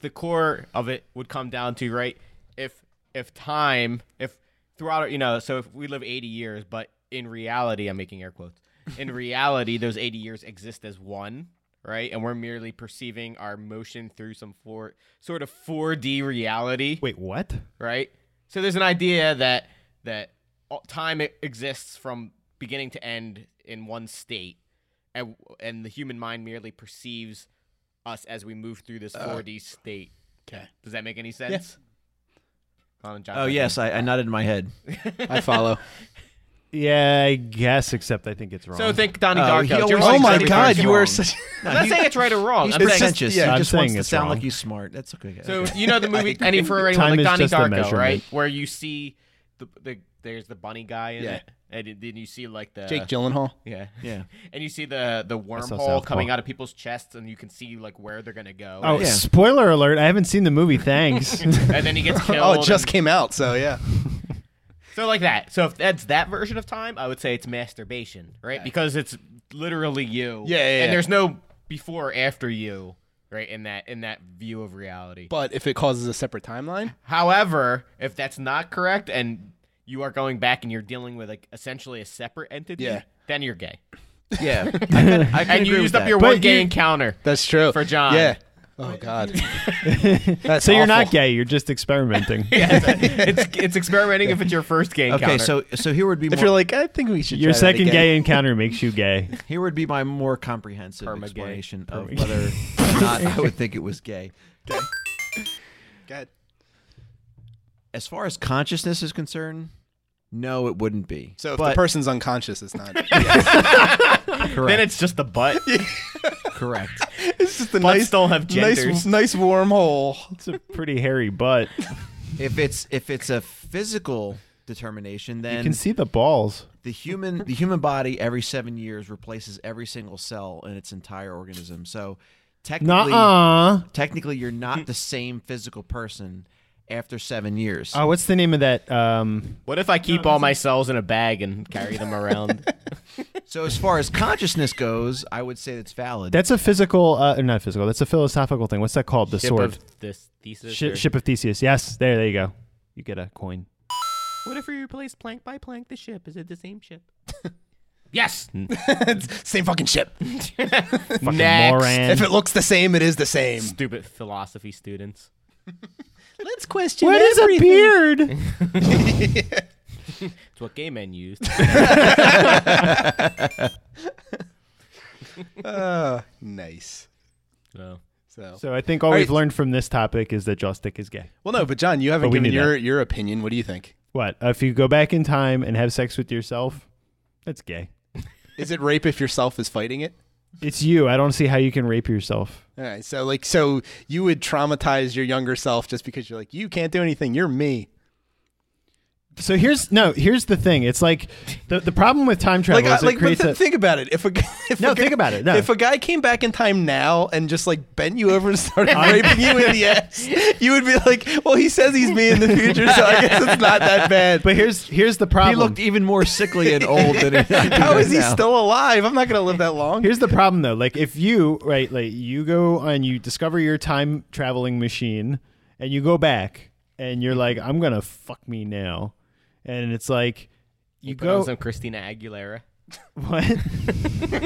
Speaker 4: the core of it would come down to right if if time if throughout you know so if we live 80 years but in reality I'm making air quotes in reality those 80 years exist as one right and we're merely perceiving our motion through some four, sort of 4D reality
Speaker 1: *laughs* Wait, what?
Speaker 4: right? So there's an idea that that all- time e- exists from beginning to end in one state, and and the human mind merely perceives us as we move through this 4D state.
Speaker 3: Uh, Okay.
Speaker 4: Does that make any sense? Colin Johnson.
Speaker 2: Oh yes, I, I nodded my head.
Speaker 3: I follow.
Speaker 1: Yeah, I guess. Except I think it's wrong.
Speaker 4: So think Donnie
Speaker 2: Oh,
Speaker 4: Darko.
Speaker 2: he
Speaker 4: Jerry
Speaker 2: always
Speaker 3: oh
Speaker 4: Seinfeld
Speaker 2: thinks
Speaker 3: my
Speaker 4: everything's
Speaker 3: God, you
Speaker 4: wrong.
Speaker 3: are such.
Speaker 4: I'm not saying it's right or wrong. I'm
Speaker 2: He's
Speaker 4: saying-
Speaker 2: pretentious.
Speaker 3: yeah,
Speaker 2: he
Speaker 1: I'm
Speaker 2: just wants
Speaker 1: saying
Speaker 2: to
Speaker 1: it's
Speaker 2: sound
Speaker 1: wrong.
Speaker 2: like he's smart. That's okay. guys.
Speaker 4: So you know the movie any for anyone
Speaker 1: Time
Speaker 4: like
Speaker 1: is
Speaker 4: Donnie
Speaker 1: just a
Speaker 4: Darko,
Speaker 1: measurement.
Speaker 4: right? Where you see the, the there's the bunny guy in
Speaker 2: Yeah.
Speaker 4: it, and then you see like the
Speaker 3: Jake Gyllenhaal.
Speaker 4: Yeah,
Speaker 2: yeah.
Speaker 4: and you see the the wormhole
Speaker 1: Southpaw.
Speaker 4: coming out of people's chests, and you can see like where they're gonna go.
Speaker 1: oh,
Speaker 2: Yeah.
Speaker 1: spoiler alert! I haven't seen the movie.
Speaker 4: *laughs*
Speaker 1: Thanks. *laughs*
Speaker 4: and then he gets killed.
Speaker 3: Oh, it just
Speaker 4: and-
Speaker 3: came out, so yeah.
Speaker 4: so like that. So if that's that version of time, I would say it's masturbation, right? Because it's literally you.
Speaker 3: Yeah, yeah, yeah.
Speaker 4: And there's no before or after you, right? In that in that view of reality.
Speaker 3: *laughs* But if it causes a separate timeline,
Speaker 4: However, if that's not correct and you are going back and you're dealing with like essentially a separate entity,
Speaker 3: Yeah.
Speaker 4: then you're gay.
Speaker 2: Yeah, I can, I can
Speaker 4: And you
Speaker 2: agree
Speaker 4: used
Speaker 2: with
Speaker 4: up
Speaker 2: that.
Speaker 4: your
Speaker 1: But
Speaker 4: one gay
Speaker 1: you-
Speaker 4: encounter. *laughs*
Speaker 3: that's true
Speaker 4: For John.
Speaker 3: Yeah. Oh God. *laughs* That's
Speaker 1: so you're not
Speaker 3: awful.
Speaker 1: gay. You're just
Speaker 4: *laughs*
Speaker 1: experimenting.
Speaker 4: it's it's experimenting if it's your first gay encounter.
Speaker 2: Okay, so so here would be
Speaker 3: If you're
Speaker 2: more,
Speaker 3: like, I think we should. try
Speaker 1: Your
Speaker 3: that
Speaker 1: second
Speaker 3: again."
Speaker 1: gay encounter makes you gay.
Speaker 2: here would be my more comprehensive
Speaker 4: Perma-gay.
Speaker 2: explanation of whether or not I would think it was gay.
Speaker 3: Go ahead.
Speaker 2: As far as consciousness is concerned, no, it wouldn't be.
Speaker 3: So if
Speaker 2: but
Speaker 3: the person's unconscious, it's *laughs* not.
Speaker 1: *laughs*
Speaker 2: correct,
Speaker 4: then it's just
Speaker 3: *laughs*
Speaker 4: the butt.
Speaker 2: correct.
Speaker 3: it's just a
Speaker 4: Butts
Speaker 3: nice,
Speaker 4: don't have
Speaker 3: nice,
Speaker 4: genders.
Speaker 3: nice wormhole.
Speaker 1: It's a pretty hairy *laughs* butt.
Speaker 2: If it's if it's a physical determination, then
Speaker 1: You can see the balls.
Speaker 2: the human the human body every seven years replaces every single cell in its entire organism. So technically,
Speaker 1: Nuh-uh.
Speaker 2: technically, you're not the same physical person after seven years.
Speaker 1: Oh, what's the name of that? Um,
Speaker 4: What if I keep all my cells in a bag and carry them *laughs* around?
Speaker 2: So as far as consciousness goes, I would say that's valid.
Speaker 1: that's a physical, uh, not physical. That's a philosophical thing. What's that called? The
Speaker 4: Ship
Speaker 1: sword.
Speaker 4: of this thesis.
Speaker 1: Shi
Speaker 4: or-
Speaker 1: Ship of Theseus. Yes, there, there you go. You get a coin.
Speaker 4: What if we replace plank by plank the ship? Is it the same ship? *laughs*
Speaker 1: *laughs*
Speaker 4: yes.
Speaker 3: Same fucking ship.
Speaker 1: Fucking
Speaker 4: Next.
Speaker 1: moran.
Speaker 3: If it looks the same, it is the same.
Speaker 4: *laughs* Stupid philosophy students.
Speaker 3: *laughs* Let's question
Speaker 1: what is a beard?
Speaker 4: It's what gay
Speaker 1: *laughs*
Speaker 4: men *laughs* used.
Speaker 3: Ah, nice.
Speaker 4: so.
Speaker 3: So.
Speaker 1: so I think all,
Speaker 3: All
Speaker 1: we've
Speaker 3: right.
Speaker 1: learned from this topic is that Joss Dick is gay.
Speaker 3: well, no, but John, you haven't
Speaker 1: But we
Speaker 3: given
Speaker 1: knew
Speaker 3: your your opinion. What do you think?
Speaker 1: What? Uh, If you go back in time and have sex with yourself, that's gay.
Speaker 3: Is it rape if yourself is fighting it?
Speaker 1: It's you. I don't see how you can rape yourself.
Speaker 3: All right. So like, so you would traumatize your younger self just because you're like, you can't do anything. You're me.
Speaker 1: So here's no. Here's the thing. It's like the, the problem with time travel
Speaker 3: Like, I,
Speaker 1: is it
Speaker 3: like, but
Speaker 1: creates
Speaker 3: th-
Speaker 1: a.
Speaker 3: think about it. If a g- if
Speaker 1: No,
Speaker 3: a guy-
Speaker 1: think about it, no.
Speaker 3: If a guy came back in time now and just like bent you over and
Speaker 1: *laughs*
Speaker 3: started raping you in the ass, you would be like, well, he says he's me in the future, so I guess it's not that
Speaker 1: *laughs*
Speaker 3: bad.
Speaker 1: But here's here's the
Speaker 2: he
Speaker 1: problem.
Speaker 2: looked even more sickly and old *laughs* than he.
Speaker 3: How is he still alive? I'm not gonna live that long.
Speaker 1: Here's the problem though. Like if you right, like you go and you discover your time traveling machine and you go back and you're like, I'm gonna fuck me now. And it's like you
Speaker 4: You put on
Speaker 1: go
Speaker 4: some
Speaker 1: *laughs*
Speaker 4: Christina Aguilera. *laughs*
Speaker 1: what?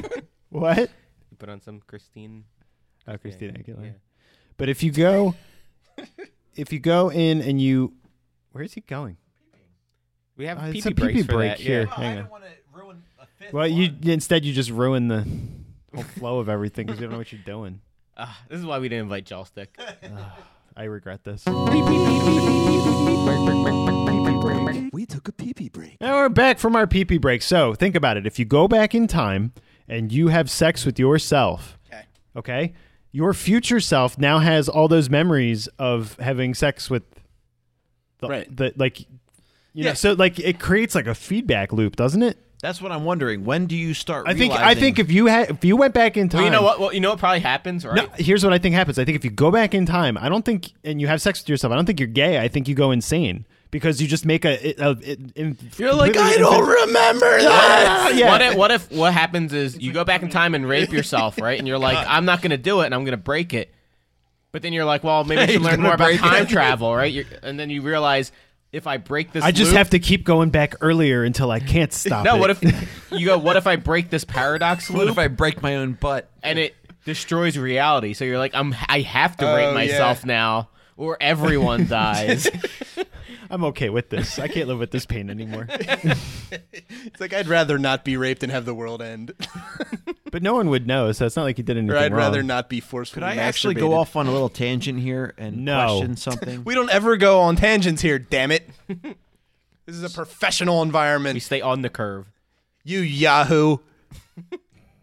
Speaker 1: what?
Speaker 4: You put on some Christine.
Speaker 1: Oh, Christina Aguilera.
Speaker 4: yeah.
Speaker 1: But if you go if you go in and you where is he going?
Speaker 4: We have
Speaker 1: Uh,
Speaker 4: pee
Speaker 1: it's
Speaker 4: pee
Speaker 1: a pee-pee
Speaker 4: break
Speaker 1: break here.
Speaker 4: here.
Speaker 1: Hang on. Well, you instead you just ruin the whole flow of everything because you don't know what you're doing.
Speaker 4: Ah, this is why we didn't invite Jallstick.
Speaker 1: *laughs* I regret this.
Speaker 2: We took a pee pee
Speaker 1: *laughs*
Speaker 2: break.
Speaker 1: Now we're back from our pee pee break. So think about it. If you go back in time and you have sex with yourself, okay. your future self now has all those memories of having sex with the,
Speaker 3: Right.
Speaker 1: the like, you
Speaker 3: Yeah.
Speaker 1: know, so like it creates like a feedback loop, doesn't it?
Speaker 2: That's what I'm wondering. When do you start?
Speaker 1: I think I think if you had if you went back in time,
Speaker 4: Well, you know what? Well, you know what probably happens, right?
Speaker 1: No, here's what I think happens. I think if you go back in time, I don't think, and you have sex with yourself, I don't think you're gay. I think you go insane because you just make a. a, a, a
Speaker 3: You're like, I don't
Speaker 1: *laughs*
Speaker 3: remember that.
Speaker 1: Yeah.
Speaker 4: What if what if what happens is you go back in time and rape yourself, right? And you're like, I'm not gonna do it, and I'm gonna break it. But then you're like, well, maybe I should learn more about time travel, right? You're, and then you realize if I break this,
Speaker 1: I just
Speaker 4: loop-
Speaker 1: have to keep going back earlier until
Speaker 3: *laughs*
Speaker 1: I can't stop.
Speaker 4: No,
Speaker 1: it.
Speaker 4: what if you go? What if I break this paradox
Speaker 2: *laughs* What
Speaker 4: loop
Speaker 2: if I break my own butt?
Speaker 4: and it destroys reality? So you're like, I'm I have to
Speaker 3: Oh,
Speaker 4: rape
Speaker 3: yeah.
Speaker 4: myself now, or everyone dies.
Speaker 1: I'm okay with this. I can't live with this
Speaker 3: *laughs*
Speaker 1: pain anymore.
Speaker 3: It's like I'd rather not be raped and have the world end, *laughs*
Speaker 1: But no one would know, so it's not like he did anything
Speaker 3: or I'd
Speaker 1: wrong.
Speaker 3: rather not be forcefully.
Speaker 2: Could I actually
Speaker 3: masturbated.
Speaker 2: go off on a little tangent here and
Speaker 1: No.
Speaker 2: question *laughs* something?
Speaker 3: We don't ever go on tangents here. Damn
Speaker 2: *laughs*
Speaker 3: it! this is a professional
Speaker 4: We
Speaker 3: environment.
Speaker 4: stay on the curve.
Speaker 3: You Yahoo.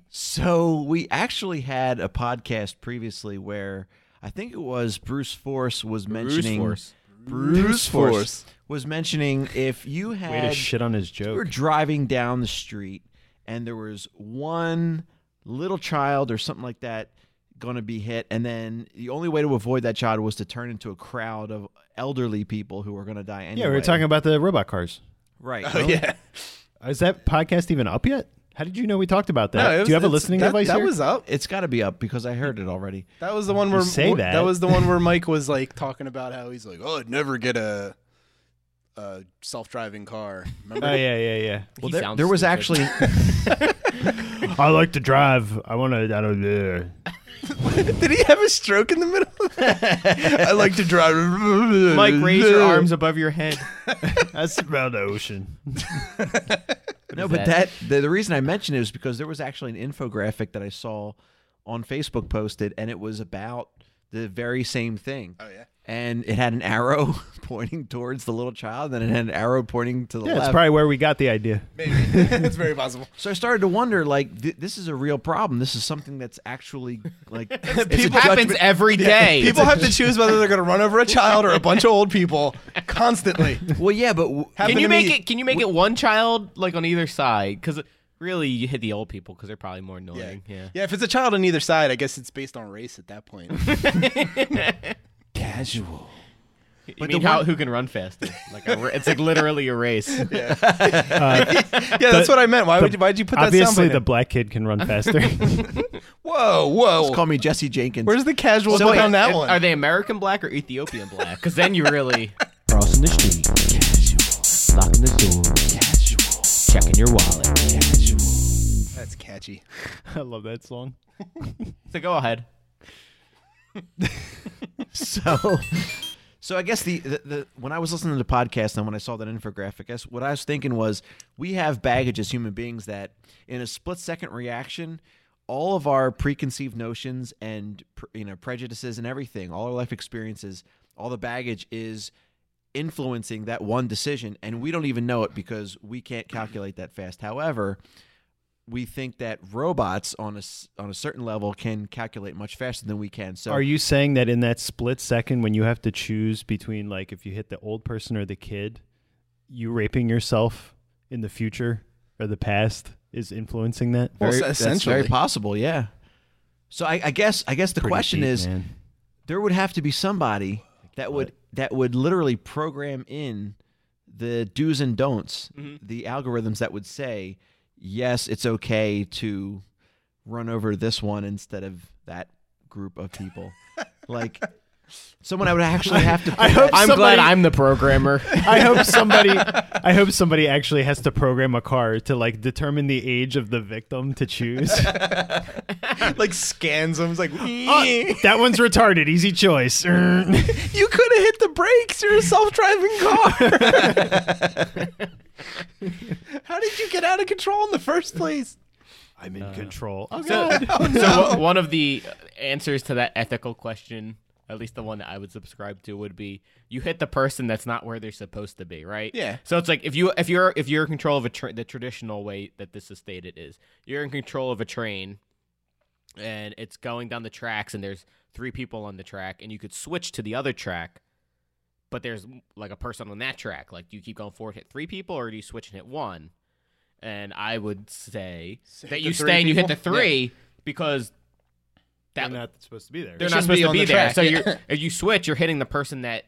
Speaker 2: So we actually had a podcast previously where I think it was Bruce Force was mentioning
Speaker 4: Force.
Speaker 2: Bruce Force
Speaker 3: Force.
Speaker 2: was mentioning if you
Speaker 1: Way
Speaker 2: had
Speaker 1: to shit on his
Speaker 2: you were
Speaker 1: joke.
Speaker 2: driving down the street and there was one little child or something like that going to be hit and then the only way to avoid that child was to turn into a crowd of elderly people who were going to die anyway.
Speaker 1: Yeah, we were talking about the robot cars. *laughs*
Speaker 2: right.
Speaker 3: Oh, yeah.
Speaker 1: Is that podcast even up yet? How did you know we talked about that? Do you have a listening
Speaker 3: that,
Speaker 1: device
Speaker 3: That
Speaker 1: here?
Speaker 3: was up.
Speaker 2: It's got to be up because I heard it already.
Speaker 3: That was the one where
Speaker 1: say
Speaker 3: wh-
Speaker 1: that.
Speaker 3: was the one where Mike was like talking about how he's like, oh, I'd never get a, a self-driving car.
Speaker 1: *laughs*
Speaker 3: Remember?
Speaker 1: oh yeah, yeah,
Speaker 4: He
Speaker 2: there,
Speaker 4: sounds
Speaker 2: there was
Speaker 4: stupid.
Speaker 2: actually
Speaker 4: *laughs*
Speaker 1: yeah. I like to drive. I want to. I don't. uh, know.
Speaker 3: Did he have a stroke in the middle? of that? *laughs* I like to drive.
Speaker 4: Mike, raise your arms above your *laughs* head.
Speaker 1: That's about the ocean.
Speaker 2: No,
Speaker 4: is
Speaker 2: but
Speaker 4: that?
Speaker 2: that, the, the reason I mentioned it is because there was actually an infographic that I saw on Facebook posted, and it was about the very same thing.
Speaker 3: Oh yeah.
Speaker 2: And it had an arrow *laughs* pointing towards the little child, and it had an arrow pointing to the
Speaker 1: Yeah,
Speaker 2: left.
Speaker 1: that's probably where we got the idea.
Speaker 3: *laughs* Maybe. *laughs* it's very possible.
Speaker 2: so I started to wonder, like, th- this is a real problem. This is something that's actually like
Speaker 3: *laughs*
Speaker 4: It
Speaker 3: People-
Speaker 4: happens every day.
Speaker 3: People have to choose whether they're going to run over a child or a bunch of old people constantly.
Speaker 2: Well, yeah, but w-
Speaker 3: Happened
Speaker 4: can you
Speaker 3: to
Speaker 4: make
Speaker 3: me-
Speaker 4: it? Can you make it one child like on either side? Because really, you hit the old people because they're probably more annoying. Yeah.
Speaker 3: Yeah, if it's a child on either side, I guess it's based on race at that point. Casual.
Speaker 4: You mean
Speaker 2: the
Speaker 4: how,
Speaker 2: one-
Speaker 4: who can run faster? Like a, ra- it's like literally a race.
Speaker 3: Yeah, that's what I meant. Why would you, why'd you put that sound
Speaker 1: Obviously,
Speaker 3: bite
Speaker 1: the
Speaker 3: in?
Speaker 1: black kid
Speaker 3: *laughs*
Speaker 1: can run faster.
Speaker 3: Whoa, whoa.
Speaker 2: just call me Jesse Jenkins.
Speaker 3: Where's the casual
Speaker 4: So
Speaker 3: put
Speaker 4: wait,
Speaker 3: on that
Speaker 4: if-
Speaker 3: one?
Speaker 4: Are they American black or Ethiopian black? Because then you really
Speaker 2: crossing the street? Casual. Locking the door. Casual. Checking your wallet.
Speaker 3: that's catchy.
Speaker 1: I love that song.
Speaker 4: so go ahead.
Speaker 2: So, *laughs* so I guess the, the, the when I was listening to the podcast and when I saw that infographic, I guess what I was thinking was we have baggage as human beings that in a split second reaction, all of our preconceived notions and pre- you know prejudices and everything, all our life experiences, all the baggage is influencing that one decision, and we don't even know it because we can't calculate that fast. However, we think that robots on a s- on a certain level can calculate much faster than we can. So
Speaker 1: Are you saying that in that split second when you have to choose between, like, if you hit the old person or the kid, you raping yourself in the future or the past is influencing that?
Speaker 3: Well,
Speaker 2: Very-
Speaker 3: s-
Speaker 2: that's very
Speaker 3: essentially.
Speaker 2: possible. Yeah. So I, I guess I guess the question is there would have to be somebody that would that would literally program in the do's and don'ts,
Speaker 1: Mm-hmm.
Speaker 2: the algorithms that would say yes, it's okay to run over this one instead of that group of
Speaker 1: *laughs*
Speaker 2: people, like. Someone I would actually have to. Put
Speaker 1: I hope
Speaker 4: I'm
Speaker 1: somebody-
Speaker 4: glad I'm the programmer.
Speaker 1: *laughs*
Speaker 4: *laughs*
Speaker 1: I hope somebody I hope somebody actually has to program a car to like determine the age of the victim to choose. *laughs* Uh,
Speaker 3: *laughs* like scans them. It's like,
Speaker 1: Oh, that one's retarded, easy *laughs* choice. Err.
Speaker 3: you could have hit the brakes. You're a self-driving car. *laughs* How did you get out of control in the first place?
Speaker 1: I'm
Speaker 3: Uh,
Speaker 1: in control. Oh,
Speaker 4: So,
Speaker 1: *laughs*
Speaker 4: *laughs* so o- one of the answers to that ethical question, at least the one that I would subscribe to, would be you hit the person that's not where they're supposed to be, right?
Speaker 3: Yeah.
Speaker 4: So it's like if you if you're if you're in control of a tra- the traditional way that this is stated is you're in control of a train, and it's going down the tracks, and there's three people on the track, and you could switch to the other track. But there's like a person on that track. Like, do you keep going forward, hit three people, or do you switch and hit one? And I would say that
Speaker 3: the
Speaker 4: you
Speaker 3: three
Speaker 4: stay and you hit the
Speaker 3: people? Yeah.
Speaker 4: three because that
Speaker 1: not supposed to be there.
Speaker 4: they're
Speaker 3: shouldn't
Speaker 4: not supposed
Speaker 3: be
Speaker 4: to
Speaker 3: on
Speaker 4: be
Speaker 3: the
Speaker 4: there.
Speaker 3: track,
Speaker 4: So
Speaker 3: yeah.
Speaker 4: you're, if you switch, you're hitting the person that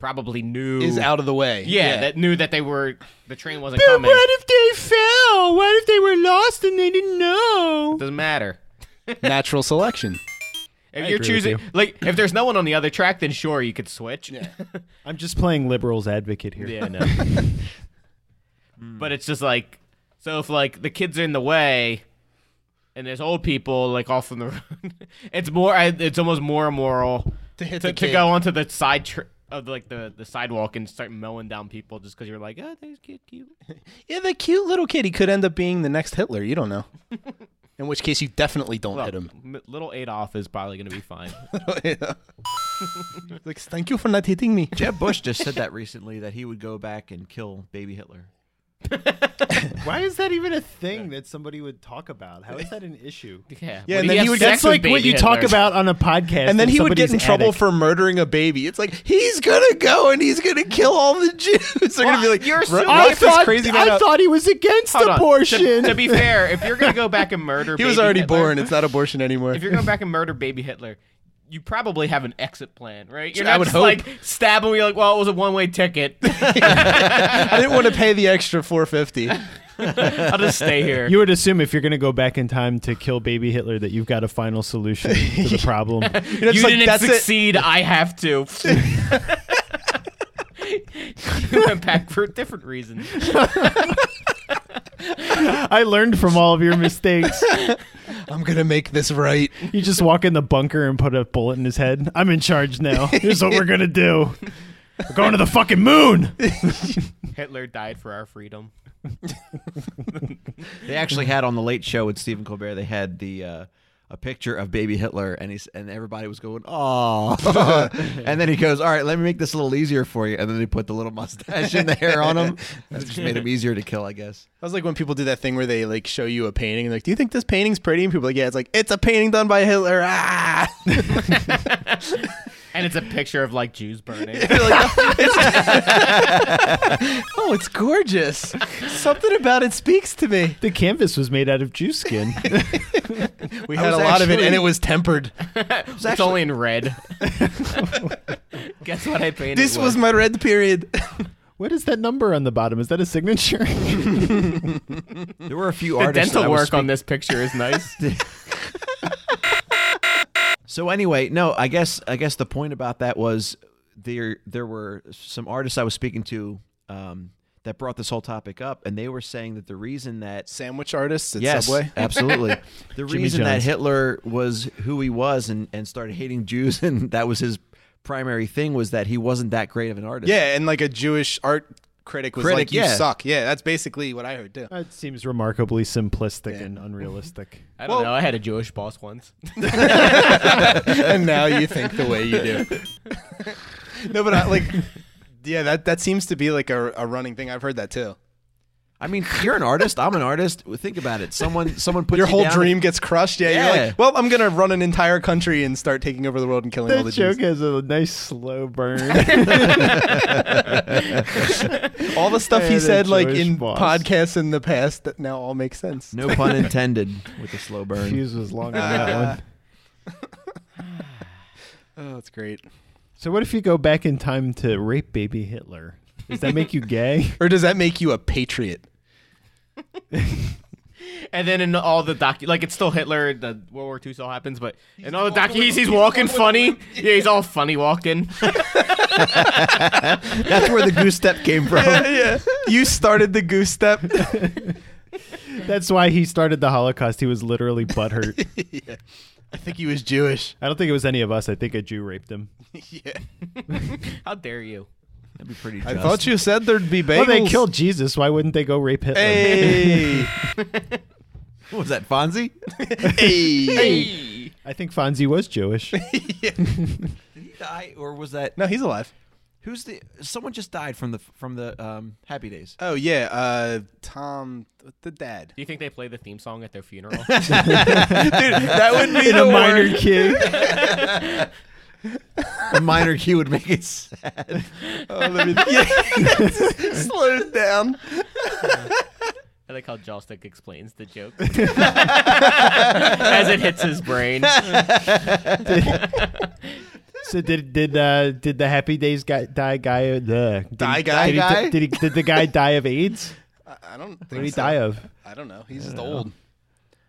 Speaker 4: probably knew
Speaker 3: Is out of the way.
Speaker 4: Yeah, that knew that they were the train wasn't coming.
Speaker 1: if they fell? What if they were lost and they didn't know?
Speaker 4: Doesn't matter.
Speaker 3: natural selection.
Speaker 4: If
Speaker 1: I agree
Speaker 4: you're
Speaker 1: with
Speaker 4: choosing,
Speaker 1: you.
Speaker 4: like, if there's no one on the other track, then sure you could switch. Yeah,
Speaker 1: I'm just playing liberals advocate here.
Speaker 4: no.
Speaker 1: *laughs*
Speaker 4: but it's just like, so if like the kids are in the way, and there's old people like off *laughs* on the road, it's more, I- it's almost more immoral
Speaker 3: To hit
Speaker 4: to,
Speaker 3: the
Speaker 4: to
Speaker 3: kid.
Speaker 4: go onto the side tr- of like the, the sidewalk and start mowing down people just because you're like, oh, there's kid cute.
Speaker 3: Yeah, the cute little kid. He could end up being the next Hitler. You don't know. In which case, you definitely don't hit *laughs* him.
Speaker 4: M- little Adolf is probably gonna
Speaker 3: *laughs*
Speaker 4: be fine.
Speaker 3: like, thank you for not hitting me.
Speaker 2: Jeb Bush just said that recently that he would go back and kill baby Hitler.
Speaker 1: Why is that even a thing that somebody would talk about? How is that an
Speaker 4: *laughs*
Speaker 1: issue?
Speaker 4: yeah,
Speaker 3: Yeah, and then he would-
Speaker 1: That's like what you talk about on a podcast,
Speaker 3: And then he would get in
Speaker 1: somebody's
Speaker 3: trouble
Speaker 1: attic.
Speaker 3: for murdering a baby. It's like he's gonna go and he's gonna kill all the Jews. *laughs* They're gonna be like,
Speaker 4: you're
Speaker 3: "Ru-
Speaker 4: assuming-
Speaker 3: wipe
Speaker 1: I
Speaker 3: this
Speaker 1: thought,
Speaker 3: crazy man
Speaker 1: I
Speaker 3: up."
Speaker 1: thought he was against
Speaker 4: Hold on.
Speaker 1: abortion.
Speaker 4: To, to be fair, if you're gonna go back and murder,
Speaker 3: *laughs* he was
Speaker 4: baby
Speaker 3: already
Speaker 4: Hitler-
Speaker 3: born. It's not abortion anymore.
Speaker 4: If
Speaker 3: *laughs*
Speaker 4: you're *laughs* going back and murder baby Hitler, you probably have an exit plan, right? You're
Speaker 3: Sure, I
Speaker 4: not
Speaker 3: would
Speaker 4: just
Speaker 3: hope.
Speaker 4: like stab him. You're like, well, it was a one way ticket. *laughs*
Speaker 3: I didn't want to pay the extra four
Speaker 4: *laughs*
Speaker 3: fifty.
Speaker 4: I'll just stay here.
Speaker 1: *laughs* you would assume if you're going to go back in time to kill baby Hitler that you've got a final solution to the
Speaker 4: *laughs*
Speaker 1: problem.
Speaker 4: You
Speaker 3: it's like,
Speaker 4: didn't
Speaker 3: that's it.
Speaker 4: succeed. I have to. *laughs* you went back for a different reason.
Speaker 1: I learned from all of your mistakes.
Speaker 3: I'm gonna make this right.
Speaker 1: You just walk in the bunker and put a bullet in his head. I'm in charge now. Here's what we're going to do. We're going to the fucking moon.
Speaker 4: Hitler died for our freedom.
Speaker 2: They actually had on the Late Show with Stephen Colbert. They had the uh, a picture of baby Hitler, and he's and everybody was going, "Oh!" *laughs* and then he goes, "All right, let me make this a little easier for you." And then they put the little mustache and the hair on him. That just made him easier to kill, I guess.
Speaker 3: That was like when people do that thing where they like show you a painting and they're like, "Do you think this painting's pretty?" And people are like, "Yeah." It's like it's a painting done by Hitler. Ah, *laughs* They're
Speaker 4: And it's a picture of like Jews
Speaker 3: *laughs*
Speaker 4: burning.
Speaker 3: like, "Oh, it's- oh, it's gorgeous. Something about it speaks to me.
Speaker 1: The canvas was made out of juice
Speaker 3: *laughs*
Speaker 1: skin.
Speaker 3: We
Speaker 2: I
Speaker 3: had a
Speaker 2: was
Speaker 3: lot of it, and *laughs*
Speaker 2: actually-
Speaker 3: it was tempered.
Speaker 4: It's, only in red.
Speaker 3: *laughs*
Speaker 4: Guess what I painted?
Speaker 3: This was my red period. *laughs*
Speaker 1: what is that number on the bottom? Is that a signature?
Speaker 2: There were a few
Speaker 4: *laughs* the
Speaker 2: artists.
Speaker 4: dental
Speaker 2: I was
Speaker 4: work on this picture is nice.
Speaker 2: *laughs* So anyway, no, I guess I guess the point about that was there there were some artists I was speaking to um, that brought this whole topic up, and they were saying that the reason that
Speaker 3: Sandwich artists at
Speaker 2: yes,
Speaker 3: *laughs* Subway.
Speaker 2: absolutely, the
Speaker 1: Jimmy
Speaker 2: reason that
Speaker 1: John's.
Speaker 2: Hitler was who he was and and started hating Jews, *laughs* and that was his primary thing was that he wasn't that great of an artist.
Speaker 3: Yeah, and like a Jewish art critic was
Speaker 2: Critic,
Speaker 3: like, "You
Speaker 2: yeah.
Speaker 3: suck." Yeah, that's basically what I heard too.
Speaker 1: that seems remarkably simplistic and unrealistic.
Speaker 4: I don't know. I had a Jewish boss once.
Speaker 3: *laughs* and now you think the way you do.
Speaker 1: *laughs*
Speaker 3: no, but I, like, yeah, that that seems to be like a, a running thing. I've heard that too.
Speaker 2: I mean, you're an artist. I'm an artist. Think about it. Someone someone put
Speaker 3: Your
Speaker 2: you
Speaker 3: whole
Speaker 2: down-
Speaker 3: dream gets crushed. Yeah, you're
Speaker 2: Yeah.
Speaker 3: like, well, I'm gonna run an entire country and start taking over the world and killing all
Speaker 1: That
Speaker 3: the
Speaker 1: joke
Speaker 3: Jews.
Speaker 1: has a nice slow
Speaker 3: *laughs*
Speaker 1: burn.
Speaker 3: All the stuff
Speaker 1: Yeah,
Speaker 3: he
Speaker 1: the
Speaker 3: said, like
Speaker 1: Jewish
Speaker 3: in
Speaker 1: boss.
Speaker 3: podcasts in the past, that now all makes sense.
Speaker 2: No pun intended with the slow burn.
Speaker 1: Fuse was long on that
Speaker 3: *laughs*
Speaker 1: one.
Speaker 3: Oh, that's great.
Speaker 1: So what if you go back in time to rape baby Hitler? Does that make
Speaker 3: *laughs*
Speaker 1: you gay?
Speaker 3: Or does that make you a patriot?
Speaker 4: And then in all the docu, like it's still Hitler. The World War II still happens, but in all the docu, he's, he's walking funny. *laughs* Yeah, he's all funny walking. *laughs*
Speaker 2: That's where the goose step came from.
Speaker 3: *laughs* yeah. You started the goose step.
Speaker 1: That's why he started the Holocaust. He was literally
Speaker 3: *laughs*
Speaker 1: butthurt.
Speaker 3: I think he was Jewish. *laughs*
Speaker 1: I don't think it was any of us. I think a Jew raped him.
Speaker 3: yeah.
Speaker 4: How dare *laughs* you?
Speaker 2: That'd be pretty.
Speaker 3: I
Speaker 2: just.
Speaker 3: thought you said there'd be
Speaker 1: Well,
Speaker 3: bagels.
Speaker 1: they killed Jesus. Why wouldn't they go rape Hitler?
Speaker 3: *laughs* Hey.
Speaker 2: What was that Fonzie?
Speaker 3: *laughs* hey.
Speaker 4: Hey.
Speaker 1: *laughs* I think Fonzie
Speaker 3: *laughs*
Speaker 1: was Jewish.
Speaker 2: Did he die, or was that
Speaker 3: No, he's alive.
Speaker 2: Who's the someone just died from the from the um, Happy Days?
Speaker 3: Oh yeah, uh, Tom, the dad.
Speaker 4: Do you think they play the theme song at their *laughs* funeral?
Speaker 3: That would be
Speaker 1: *laughs* in a minor kid.
Speaker 3: *laughs*
Speaker 2: A minor key would make it sad.
Speaker 3: Oh, *laughs* slowed down.
Speaker 4: I like how Jostick explains the *laughs* joke as it hits his brain.
Speaker 1: So did did uh, did the Happy Days guy die guy uh, the did
Speaker 3: Die
Speaker 1: he-
Speaker 3: guy
Speaker 1: did he,
Speaker 2: guy?
Speaker 1: did, he, did
Speaker 3: *laughs*
Speaker 1: the guy die of AIDS?
Speaker 3: I, I don't. Think
Speaker 1: What did he
Speaker 3: so.
Speaker 1: die of?
Speaker 3: I don't know. He's just old.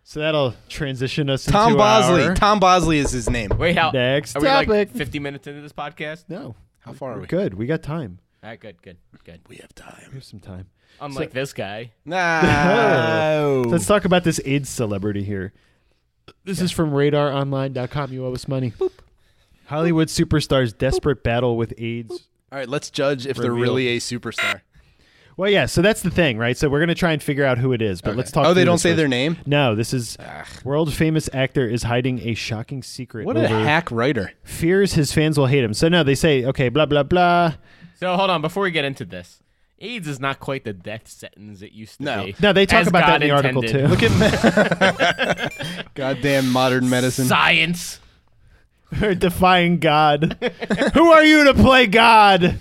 Speaker 1: So that'll transition us
Speaker 3: Tom
Speaker 1: into
Speaker 3: Bosley.
Speaker 1: our-
Speaker 3: Tom Bosley is his name.
Speaker 4: Wait, how?
Speaker 1: Next
Speaker 4: are we like
Speaker 1: topic.
Speaker 4: 50 minutes into this podcast?
Speaker 1: no,
Speaker 3: How far are
Speaker 1: we're
Speaker 3: we?
Speaker 1: good. We got time.
Speaker 4: All right, good, good, good.
Speaker 3: We have time.
Speaker 1: Here's some time.
Speaker 4: Unlike this guy.
Speaker 3: *laughs* Nah.
Speaker 1: *laughs*
Speaker 2: Oh.
Speaker 1: Let's talk about this AIDS celebrity here. This is from RadarOnline.com. You owe us money. Hollywood superstars desperate battle with AIDS.
Speaker 3: All right, let's judge if they're
Speaker 1: Reveal.
Speaker 3: really a superstar.
Speaker 1: Well, yeah, so that's the thing, right? So we're going to try and figure out who it is, but let's talk
Speaker 3: Oh, they
Speaker 1: through
Speaker 3: don't
Speaker 1: this
Speaker 3: say
Speaker 1: first.
Speaker 3: their name.
Speaker 1: No, this is world famous actor is hiding a shocking secret.
Speaker 3: What
Speaker 1: over,
Speaker 3: a hack writer!
Speaker 1: Fears his fans will hate him. So no, they say okay, blah blah blah.
Speaker 4: So hold on, before we get into this, AIDS is not quite the death sentence it used to
Speaker 3: No.
Speaker 4: be.
Speaker 1: No, they talk
Speaker 4: As
Speaker 1: about that in the
Speaker 4: God
Speaker 1: article
Speaker 4: intended.
Speaker 1: too.
Speaker 3: *laughs* Goddamn modern medicine.
Speaker 4: Science. *laughs*
Speaker 1: They're defying God. Who are you to play God?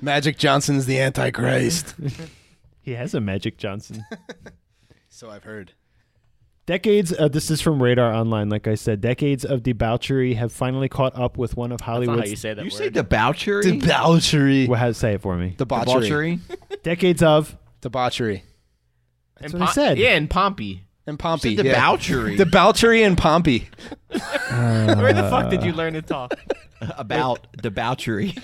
Speaker 3: Magic Johnson's the Antichrist.
Speaker 1: He has a Magic Johnson.
Speaker 3: so I've heard.
Speaker 1: Decades, uh, this is from Radar Online, like I said, decades of debauchery have finally caught up with one of
Speaker 4: That's not how
Speaker 1: Hollywood's.
Speaker 4: you say that
Speaker 2: You
Speaker 4: word.
Speaker 2: say debauchery?
Speaker 3: Debauchery.
Speaker 1: Well, how to say it for me.
Speaker 3: Debauchery.
Speaker 2: debauchery?
Speaker 1: Decades of.
Speaker 3: Debauchery.
Speaker 1: That's
Speaker 4: And
Speaker 1: what I
Speaker 4: Pom-
Speaker 1: said.
Speaker 4: Yeah, and Pompey.
Speaker 3: And Pompey.
Speaker 2: You said
Speaker 3: yeah.
Speaker 2: debauchery.
Speaker 3: Debauchery and Pompey.
Speaker 4: *laughs* Where the fuck did you
Speaker 1: uh,
Speaker 4: learn to talk? *laughs*
Speaker 3: *laughs*
Speaker 2: About debauchery.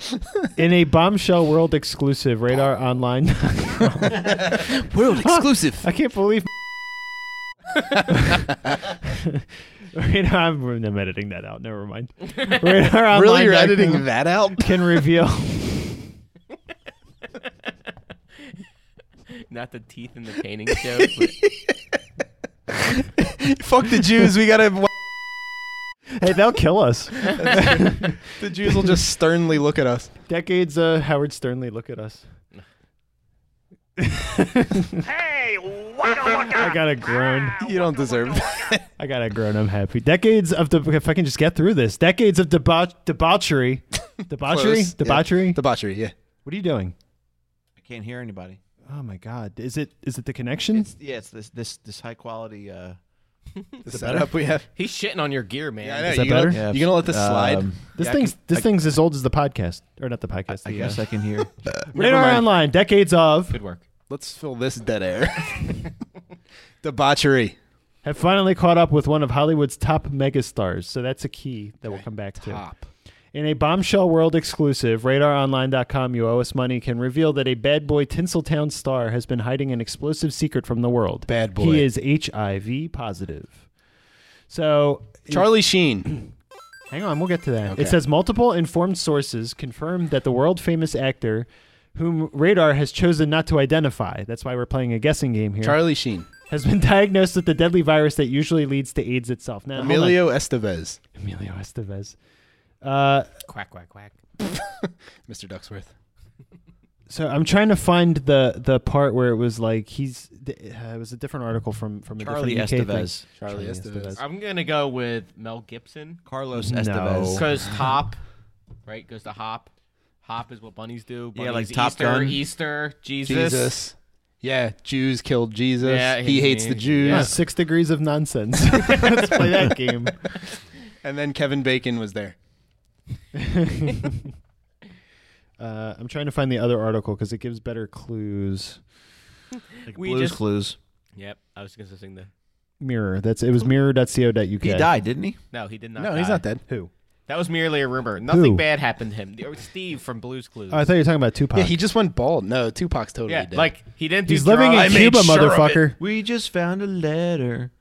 Speaker 1: In a bombshell world exclusive, Radar Online. *laughs*
Speaker 4: *laughs*
Speaker 2: World exclusive.
Speaker 1: I can't believe. *laughs* Radar, I'm, I'm editing that out. Never mind. Radar Online.
Speaker 3: Really, you're editing that out?
Speaker 1: Can
Speaker 3: *laughs*
Speaker 1: reveal.
Speaker 4: Not the teeth in the painting joke. but-
Speaker 3: *laughs* Fuck the Jews. We gotta.
Speaker 1: hey, they'll kill us.
Speaker 3: The Jews will just sternly look at us.
Speaker 1: Decades, uh, Howard Sternly, look at us. *laughs*
Speaker 5: Hey, waka waka.
Speaker 1: I got a groan.
Speaker 3: You don't deserve that. *laughs*
Speaker 1: I got a groan. I'm happy. Decades of the. If I can just get through this. Decades of debauch,
Speaker 3: *laughs*
Speaker 1: debauchery. Debauchery?
Speaker 3: Close.
Speaker 1: Debauchery?
Speaker 3: Yeah. Debauchery, yeah.
Speaker 1: what are you doing?
Speaker 2: I can't hear anybody.
Speaker 1: Oh my God! Is it is it the connection?
Speaker 2: It's yeah, it's this this this high quality uh
Speaker 3: The setup we have.
Speaker 4: He's shitting on your gear, man.
Speaker 3: Yeah, I know.
Speaker 1: Is that
Speaker 3: you gonna,
Speaker 1: better?
Speaker 3: You gonna let this slide?
Speaker 2: Um,
Speaker 1: this
Speaker 2: yeah, I
Speaker 1: thing's
Speaker 2: can-
Speaker 1: this
Speaker 2: I-
Speaker 1: thing's as old as the podcast, or not the podcast.
Speaker 2: I
Speaker 1: the,
Speaker 2: guess
Speaker 1: uh,
Speaker 2: I can hear.
Speaker 1: Radar
Speaker 3: Never mind.
Speaker 1: Online. Decades of
Speaker 4: Good work.
Speaker 3: Let's fill this dead air. Debauchery.
Speaker 1: have finally caught up with one of Hollywood's top megastars. So that's a key that we'll come back to.
Speaker 3: Top.
Speaker 1: In a bombshell world exclusive, radaronline.com, you owe us money, can reveal that a bad boy Tinseltown star has been hiding an explosive secret from the world.
Speaker 3: Bad boy.
Speaker 1: He is HIV positive. So,
Speaker 3: Charlie Sheen.
Speaker 1: hang on, we'll get to that.
Speaker 3: Okay.
Speaker 1: It says multiple informed sources confirm that the world famous actor, whom Radar has chosen not to identify, that's why we're playing a guessing game here,
Speaker 3: Charlie Sheen.
Speaker 1: has been *laughs* diagnosed with the deadly virus that usually leads to AIDS itself. Now, hold on.
Speaker 3: Emilio Estevez.
Speaker 1: Emilio Estevez. Uh,
Speaker 4: Quack quack quack.
Speaker 3: Mr. Ducksworth.
Speaker 1: So I'm trying to find the the part where it was like he's th- uh, it was a different article from from a
Speaker 2: Charlie
Speaker 1: different UK
Speaker 2: Estevez.
Speaker 1: thing.
Speaker 3: Charlie Estevez.
Speaker 4: I'm gonna go with Mel Gibson
Speaker 2: Carlos
Speaker 1: No.
Speaker 2: Estevez.
Speaker 4: *laughs* because Top, right? Goes to Hop. Hop is what bunnies do. Bunnies
Speaker 2: Yeah, like Top
Speaker 4: Easter,
Speaker 2: Gun.
Speaker 4: Easter, Jesus.
Speaker 3: Jesus. Yeah, Jews killed Jesus.
Speaker 4: Yeah,
Speaker 3: he
Speaker 4: he-
Speaker 3: hates the
Speaker 4: yeah.
Speaker 3: Jews.
Speaker 1: Yeah, six degrees of nonsense. *laughs* Let's play that game.
Speaker 3: And then Kevin Bacon was there.
Speaker 1: Uh, I'm trying to find the other article because it gives better clues.
Speaker 4: We
Speaker 2: Blues
Speaker 4: just-
Speaker 2: Clues.
Speaker 4: Yep, I was gonna sing the.
Speaker 1: Mirror. That's it was mirror.co.uk.
Speaker 2: He died, didn't he?
Speaker 4: No, he did not.
Speaker 3: no, he's
Speaker 4: die.
Speaker 3: not dead.
Speaker 1: Who?
Speaker 4: That was merely a rumor. Nothing
Speaker 1: Who?
Speaker 4: bad happened to him. The- Steve from Blue's Clues.
Speaker 1: Oh, I thought you were talking about Tupac.
Speaker 3: Yeah, he just went bald. No, Tupac's totally
Speaker 4: yeah,
Speaker 3: dead.
Speaker 4: like he didn't do.
Speaker 1: he's living in
Speaker 4: drugs.
Speaker 1: Cuba, motherfucker.
Speaker 2: We just found a letter.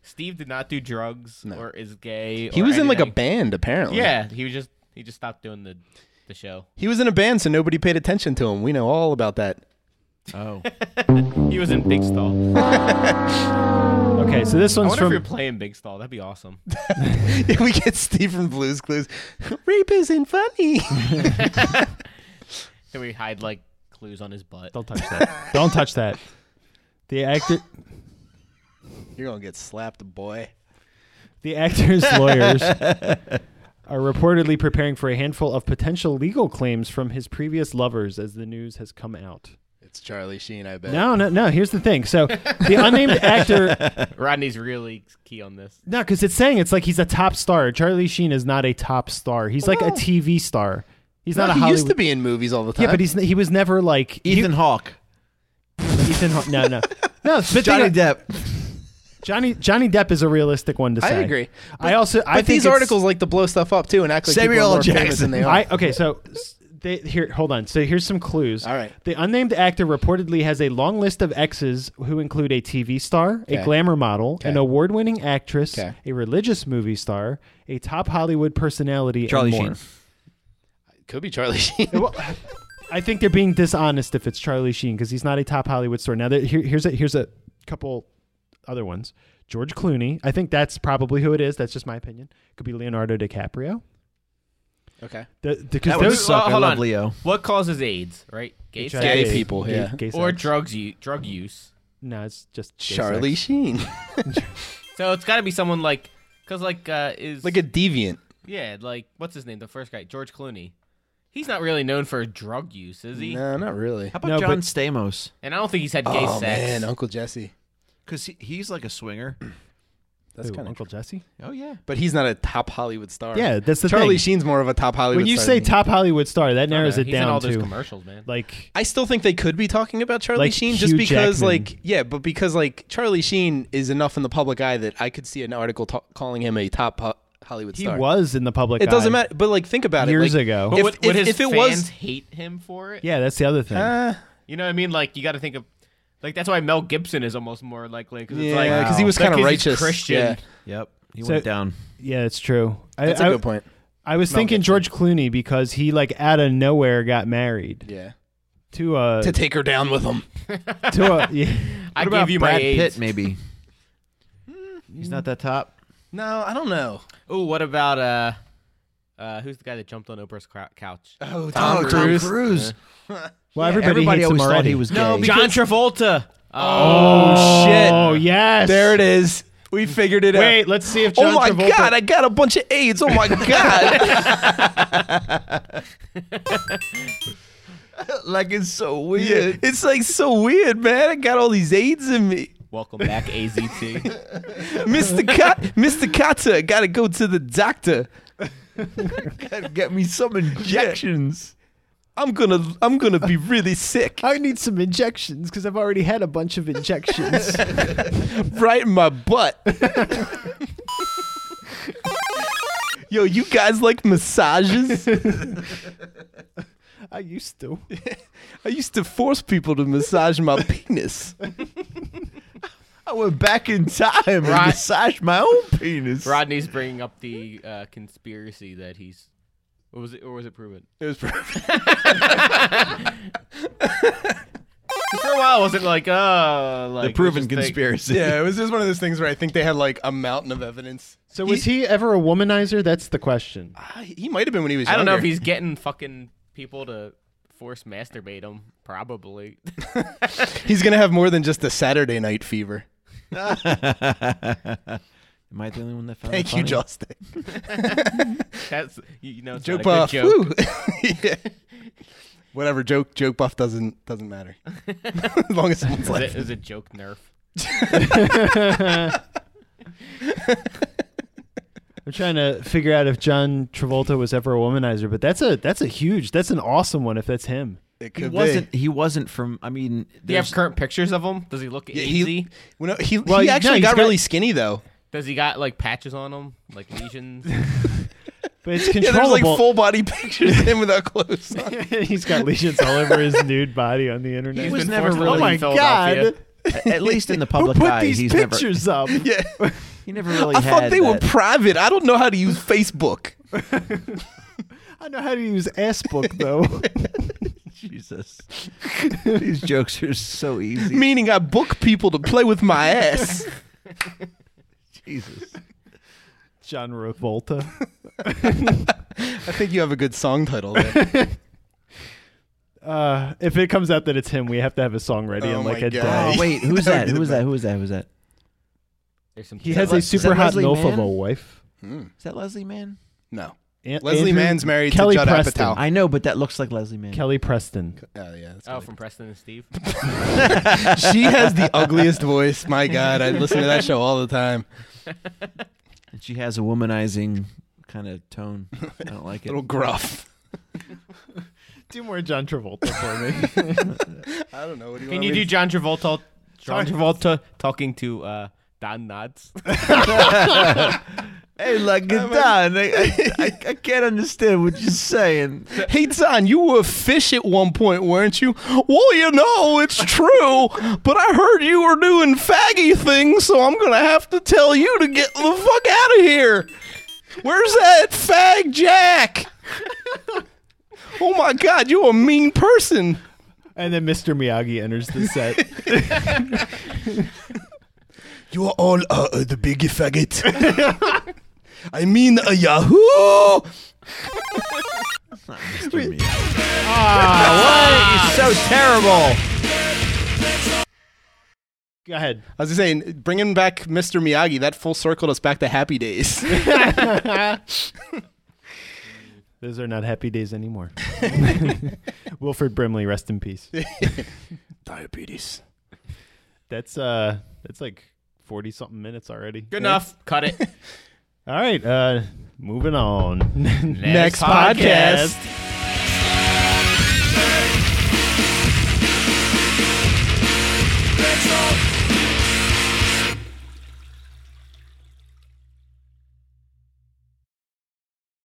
Speaker 4: Steve did not do drugs
Speaker 3: No.
Speaker 4: or is gay.
Speaker 3: he
Speaker 4: or
Speaker 3: was in like a
Speaker 4: anything.
Speaker 3: band apparently.
Speaker 4: Yeah, he was just he just stopped doing the the show.
Speaker 3: He was in a band so nobody paid attention to him. We know all about that. *laughs*
Speaker 2: Oh.
Speaker 4: He was in Big Stall.
Speaker 1: okay, so this
Speaker 4: I
Speaker 1: one's
Speaker 4: wonder if
Speaker 1: from
Speaker 4: you're playing Big Stall. That'd be awesome.
Speaker 3: we get Steve from Blues Clues. *laughs* Rape isn't funny. *laughs*
Speaker 4: Then we hide like clues on his butt.
Speaker 1: Don't touch
Speaker 3: *laughs*
Speaker 1: that. Don't touch that. The actor
Speaker 3: You're gonna get slapped, boy.
Speaker 1: The actor's
Speaker 3: *laughs*
Speaker 1: lawyers are reportedly preparing for a handful of potential legal claims from his previous lovers as the news has come out.
Speaker 3: It's Charlie Sheen, I bet.
Speaker 1: No, no, no. Here's the thing. So the
Speaker 3: *laughs*
Speaker 1: unnamed actor,
Speaker 4: *laughs* Rodney's really key on this.
Speaker 1: no, because it's saying it's like he's a top star. Charlie Sheen is not a top star. He's like a TV star. He's
Speaker 3: No,
Speaker 1: not a
Speaker 3: he
Speaker 1: Hollywood.
Speaker 3: used to be in movies all the time.
Speaker 1: Yeah, but he's he was never like
Speaker 2: *laughs*
Speaker 3: *laughs*
Speaker 2: Ethan Hawke.
Speaker 1: He, Ethan. Haw- No, no, no. But they-
Speaker 2: Johnny Depp.
Speaker 1: Johnny Johnny Depp is a realistic one to
Speaker 3: I
Speaker 1: say.
Speaker 3: agree.
Speaker 1: I also I
Speaker 3: But
Speaker 1: think
Speaker 3: these
Speaker 1: it's-
Speaker 3: articles like to blow stuff up too and act like people
Speaker 2: Samuel
Speaker 3: are
Speaker 2: L.
Speaker 3: more famous
Speaker 2: Jackson.
Speaker 3: than they are.
Speaker 1: I okay. So s- They, here, hold on. So here's some clues.
Speaker 3: All right.
Speaker 1: The unnamed actor reportedly has a long list of exes who include a TV star, a
Speaker 3: Okay.
Speaker 1: glamour model, an
Speaker 3: Okay.
Speaker 1: award-winning actress,
Speaker 3: Okay.
Speaker 1: a religious movie star, a top Hollywood personality,
Speaker 2: Charlie
Speaker 1: and more.
Speaker 2: Sheen.
Speaker 3: Could be Charlie *laughs* Sheen.
Speaker 1: *laughs* Well, I think they're being dishonest if it's Charlie Sheen because he's not a top Hollywood star. Now, there, here, here's a here's a couple other ones. George Clooney. I think that's probably who it is. That's just my opinion. Could be Leonardo DiCaprio.
Speaker 3: okay.
Speaker 1: The, the, 'cause
Speaker 2: That would
Speaker 1: those-
Speaker 2: suck. I
Speaker 4: hold
Speaker 2: love
Speaker 4: on.
Speaker 2: Leo.
Speaker 4: What causes AIDS? Right, gay
Speaker 1: HIV,
Speaker 4: sex
Speaker 3: Gay people,
Speaker 1: gay-
Speaker 3: yeah.
Speaker 1: gay
Speaker 4: or
Speaker 1: sex.
Speaker 4: drugs u- drug use.
Speaker 1: No, it's just gay
Speaker 3: Charlie
Speaker 1: sex.
Speaker 3: Sheen.
Speaker 4: So it's got to be someone like, cause like uh, is
Speaker 3: like a deviant.
Speaker 4: yeah, like what's his name? The first guy, George Clooney. He's not really known for drug use, is he?
Speaker 3: No, not really.
Speaker 2: How about
Speaker 1: No,
Speaker 2: John
Speaker 1: but-
Speaker 2: Stamos?
Speaker 4: And I don't think he's had gay
Speaker 3: Oh
Speaker 4: sex.
Speaker 3: man, Uncle Jesse.
Speaker 2: Because he, he's like a swinger.
Speaker 3: That's
Speaker 1: Who,
Speaker 3: kind of.
Speaker 1: Uncle Jesse.
Speaker 2: Oh yeah.
Speaker 3: But he's not a top Hollywood star.
Speaker 1: Yeah, that's the
Speaker 3: Charlie
Speaker 1: thing.
Speaker 3: Sheen's more of a top Hollywood.
Speaker 1: when you
Speaker 3: star
Speaker 1: say
Speaker 3: than he-
Speaker 1: top Hollywood star, that
Speaker 4: I don't
Speaker 1: narrows
Speaker 4: know.
Speaker 1: it
Speaker 4: he's
Speaker 1: down
Speaker 4: in all those
Speaker 1: to
Speaker 4: commercials, man.
Speaker 1: like
Speaker 3: I still think they could be talking about Charlie
Speaker 1: Like
Speaker 3: Sheen just
Speaker 1: Hugh
Speaker 3: because,
Speaker 1: Jackman.
Speaker 3: like, yeah, but because like Charlie Sheen is enough in the public eye that I could see an article ta- calling him a top ho- Hollywood
Speaker 1: he
Speaker 3: star.
Speaker 1: was in the public.
Speaker 3: It doesn't
Speaker 1: eye.
Speaker 3: matter. But like, think about
Speaker 1: Years
Speaker 3: it. Like,
Speaker 1: ago.
Speaker 4: but
Speaker 3: if-
Speaker 4: would, would
Speaker 3: if-
Speaker 4: his
Speaker 3: if it
Speaker 4: fans
Speaker 3: was-
Speaker 4: hate him for it?
Speaker 1: Yeah, that's the other thing.
Speaker 3: Uh,
Speaker 4: You know what I mean? Like you got to think of, like that's why Mel Gibson is almost more likely because it's
Speaker 3: Yeah,
Speaker 4: like
Speaker 3: 'cause he was
Speaker 4: like,
Speaker 3: kinda
Speaker 4: 'cause he's
Speaker 3: righteous.
Speaker 4: Christian.
Speaker 3: Yeah.
Speaker 2: Yep. He
Speaker 1: So-
Speaker 2: went down.
Speaker 1: yeah, it's true. I-
Speaker 3: that's
Speaker 1: I-
Speaker 3: a good point.
Speaker 1: I was
Speaker 3: Mel
Speaker 1: thinking
Speaker 3: Gibson.
Speaker 1: George Clooney because he like out of nowhere got married
Speaker 3: Yeah.
Speaker 1: *laughs* to a
Speaker 3: To take her down with him.
Speaker 1: to a *laughs* yeah.
Speaker 4: I
Speaker 2: What
Speaker 4: give
Speaker 2: about
Speaker 4: you
Speaker 2: Brad
Speaker 4: my AIDS.
Speaker 2: Pitt? Maybe. he's not that top.
Speaker 3: No, I don't know.
Speaker 4: Ooh, what about uh, uh, who's the guy that jumped on Oprah's crou- couch?
Speaker 3: Oh,
Speaker 2: Oh, Tom Cruise.
Speaker 1: Well, everybody, hates him
Speaker 2: always thought
Speaker 1: already.
Speaker 2: he was gay.
Speaker 3: No,
Speaker 4: John Travolta.
Speaker 3: Oh shit.
Speaker 1: Oh yes,
Speaker 3: There it is. We figured
Speaker 4: Oh,
Speaker 3: it out.
Speaker 1: Wait, let's see if John
Speaker 3: oh my
Speaker 1: Travolta.
Speaker 3: god, I got a bunch of AIDS. Oh my god.
Speaker 1: *laughs*
Speaker 2: like it's so
Speaker 3: Yeah,
Speaker 2: weird.
Speaker 3: it's like so weird, man. I got all these AIDS in me.
Speaker 4: Welcome back, AZT.
Speaker 3: Mr. Cat, Mr. Kata, gotta go to the doctor.
Speaker 2: Gotta Get me some injections.
Speaker 3: I'm gonna, I'm gonna be really sick.
Speaker 1: I need some injections because I've already had a bunch of injections.
Speaker 3: *laughs* right in my butt. Yo, you guys like massages?
Speaker 1: *laughs* I used to.
Speaker 3: I used to force people to massage my penis.
Speaker 2: I went back in time and
Speaker 4: Right.
Speaker 2: massaged my own penis.
Speaker 4: Rodney's bringing up the uh, conspiracy that he's. What was it? Or was it proven?
Speaker 3: It was perfect.
Speaker 4: For a while, was it like, uh, like
Speaker 2: The
Speaker 4: we
Speaker 2: proven
Speaker 4: just think-
Speaker 2: conspiracy. *laughs*
Speaker 3: Yeah, it was just one of those things where I think they had like a mountain of evidence.
Speaker 1: *laughs* So was he ever a womanizer? That's the *laughs* question.
Speaker 3: Ah, he might have been when he was.
Speaker 4: I don't know if
Speaker 3: younger.
Speaker 4: he's getting fucking people to force masturbate him. Probably. *laughs*
Speaker 3: he's gonna have more than just a Saturday night fever.
Speaker 2: Am I the only one that found
Speaker 3: Thank
Speaker 2: that
Speaker 3: you,
Speaker 2: Oh, funny?
Speaker 3: Justin.
Speaker 4: That's you know it's
Speaker 3: Joke uh, buff.
Speaker 4: not a good joke.
Speaker 3: Woo. Yeah. *laughs* Whatever joke joke buff doesn't doesn't matter. as long as someone's
Speaker 4: Is
Speaker 3: like
Speaker 4: it, is it joke nerf?
Speaker 1: I'm trying to figure out if John Travolta was ever a womanizer, but that's a that's a huge that's an awesome one if that's him.
Speaker 3: it
Speaker 2: He
Speaker 3: could be.
Speaker 2: wasn't. He wasn't from. I mean,
Speaker 4: Do you have
Speaker 2: there's-
Speaker 4: current pictures of him? Does he look
Speaker 3: Yeah,
Speaker 4: easy?
Speaker 3: he, well, no, he,
Speaker 1: Well,
Speaker 3: he
Speaker 1: no,
Speaker 3: actually
Speaker 1: he's
Speaker 3: got,
Speaker 1: got-
Speaker 3: really skinny though.
Speaker 4: Does he got like patches on him, like lesions?
Speaker 1: But *laughs* it's
Speaker 3: Yeah, there's
Speaker 1: controllable.
Speaker 3: like full body *laughs* pictures of him without clothes
Speaker 1: *laughs*
Speaker 3: on.
Speaker 1: He's got lesions all over his nude body on the internet.
Speaker 4: He's
Speaker 2: was
Speaker 4: been
Speaker 2: never
Speaker 4: forced to
Speaker 2: really-
Speaker 4: live
Speaker 1: oh
Speaker 4: in
Speaker 1: my
Speaker 4: Philadelphia.
Speaker 1: god.
Speaker 2: at least in the
Speaker 1: Who
Speaker 2: public
Speaker 1: put
Speaker 2: eye.
Speaker 1: these
Speaker 2: he's never.
Speaker 1: pictures up?
Speaker 3: Yeah,
Speaker 2: He never really.
Speaker 3: I
Speaker 2: had
Speaker 3: thought they were
Speaker 2: that.
Speaker 3: private. I don't know how to use Facebook.
Speaker 1: I know how to use Assbook though.
Speaker 2: Jesus. These jokes are so easy.
Speaker 3: Meaning, I book people to play with my ass.
Speaker 2: Jesus.
Speaker 1: *laughs* John Travolta.
Speaker 3: I think you have a good song title. There.
Speaker 1: Uh, if it comes out that it's him, we have to have a song ready
Speaker 3: Oh
Speaker 1: in like
Speaker 3: my
Speaker 1: a
Speaker 3: God.
Speaker 2: Oh
Speaker 1: day.
Speaker 2: wait, who's
Speaker 3: That would
Speaker 2: that?
Speaker 3: be the
Speaker 2: Who's that? Who's that? Who's that?
Speaker 4: There's some.
Speaker 1: He has
Speaker 2: Le-
Speaker 1: a
Speaker 2: is that
Speaker 1: super hot
Speaker 2: Leslie
Speaker 1: milf of
Speaker 2: Mann?
Speaker 1: a wife.
Speaker 3: Hmm.
Speaker 2: Is that Leslie Mann?
Speaker 3: No,
Speaker 1: An-
Speaker 3: Leslie
Speaker 1: Andrew-
Speaker 3: Mann's married
Speaker 1: Kelly
Speaker 3: to Judd
Speaker 1: Preston.
Speaker 3: Apatow.
Speaker 2: I know, but that looks like Leslie Mann.
Speaker 3: *laughs*
Speaker 1: Kelly Preston.
Speaker 3: Oh yeah, that's
Speaker 4: Oh,
Speaker 3: gotta
Speaker 4: from Preston and Steve.
Speaker 3: be- *laughs* she has the ugliest voice. My God, I listen to that show all the time.
Speaker 2: And she has a womanizing kind of tone. I don't like it.
Speaker 3: Little gruff.
Speaker 1: Do more John Travolta for me.
Speaker 3: I don't know. What do you
Speaker 4: Can
Speaker 3: want
Speaker 4: you
Speaker 3: me
Speaker 4: do
Speaker 3: to-
Speaker 4: John Travolta? John Travolta talking to uh, Don Knotts.
Speaker 2: Hey, like Gadan, I, I, I can't understand what you're saying.
Speaker 3: Hey, Don, you were a fish at one point, weren't you? Well, you know, it's true, but I heard you were doing faggy things, so I'm going to have to tell you to get the fuck out of here. Where's that fag Jack? Oh my god, you're a mean person.
Speaker 1: *laughs* And then Mr. Miyagi enters the set.
Speaker 3: You are all uh, uh, the big faggot. *laughs* I mean, a Yahoo! *laughs*
Speaker 4: so terrible.
Speaker 1: Go ahead.
Speaker 3: I was just saying, bringing back Mr. Miyagi, that full circled us back to happy days.
Speaker 1: Those are not happy days anymore. *laughs* Wilfred Brimley, rest in peace.
Speaker 3: *laughs* Diabetes.
Speaker 1: That's uh that's like 40 something minutes already.
Speaker 4: Good enough. Cut it.
Speaker 1: All right, uh moving on.
Speaker 4: Next podcast.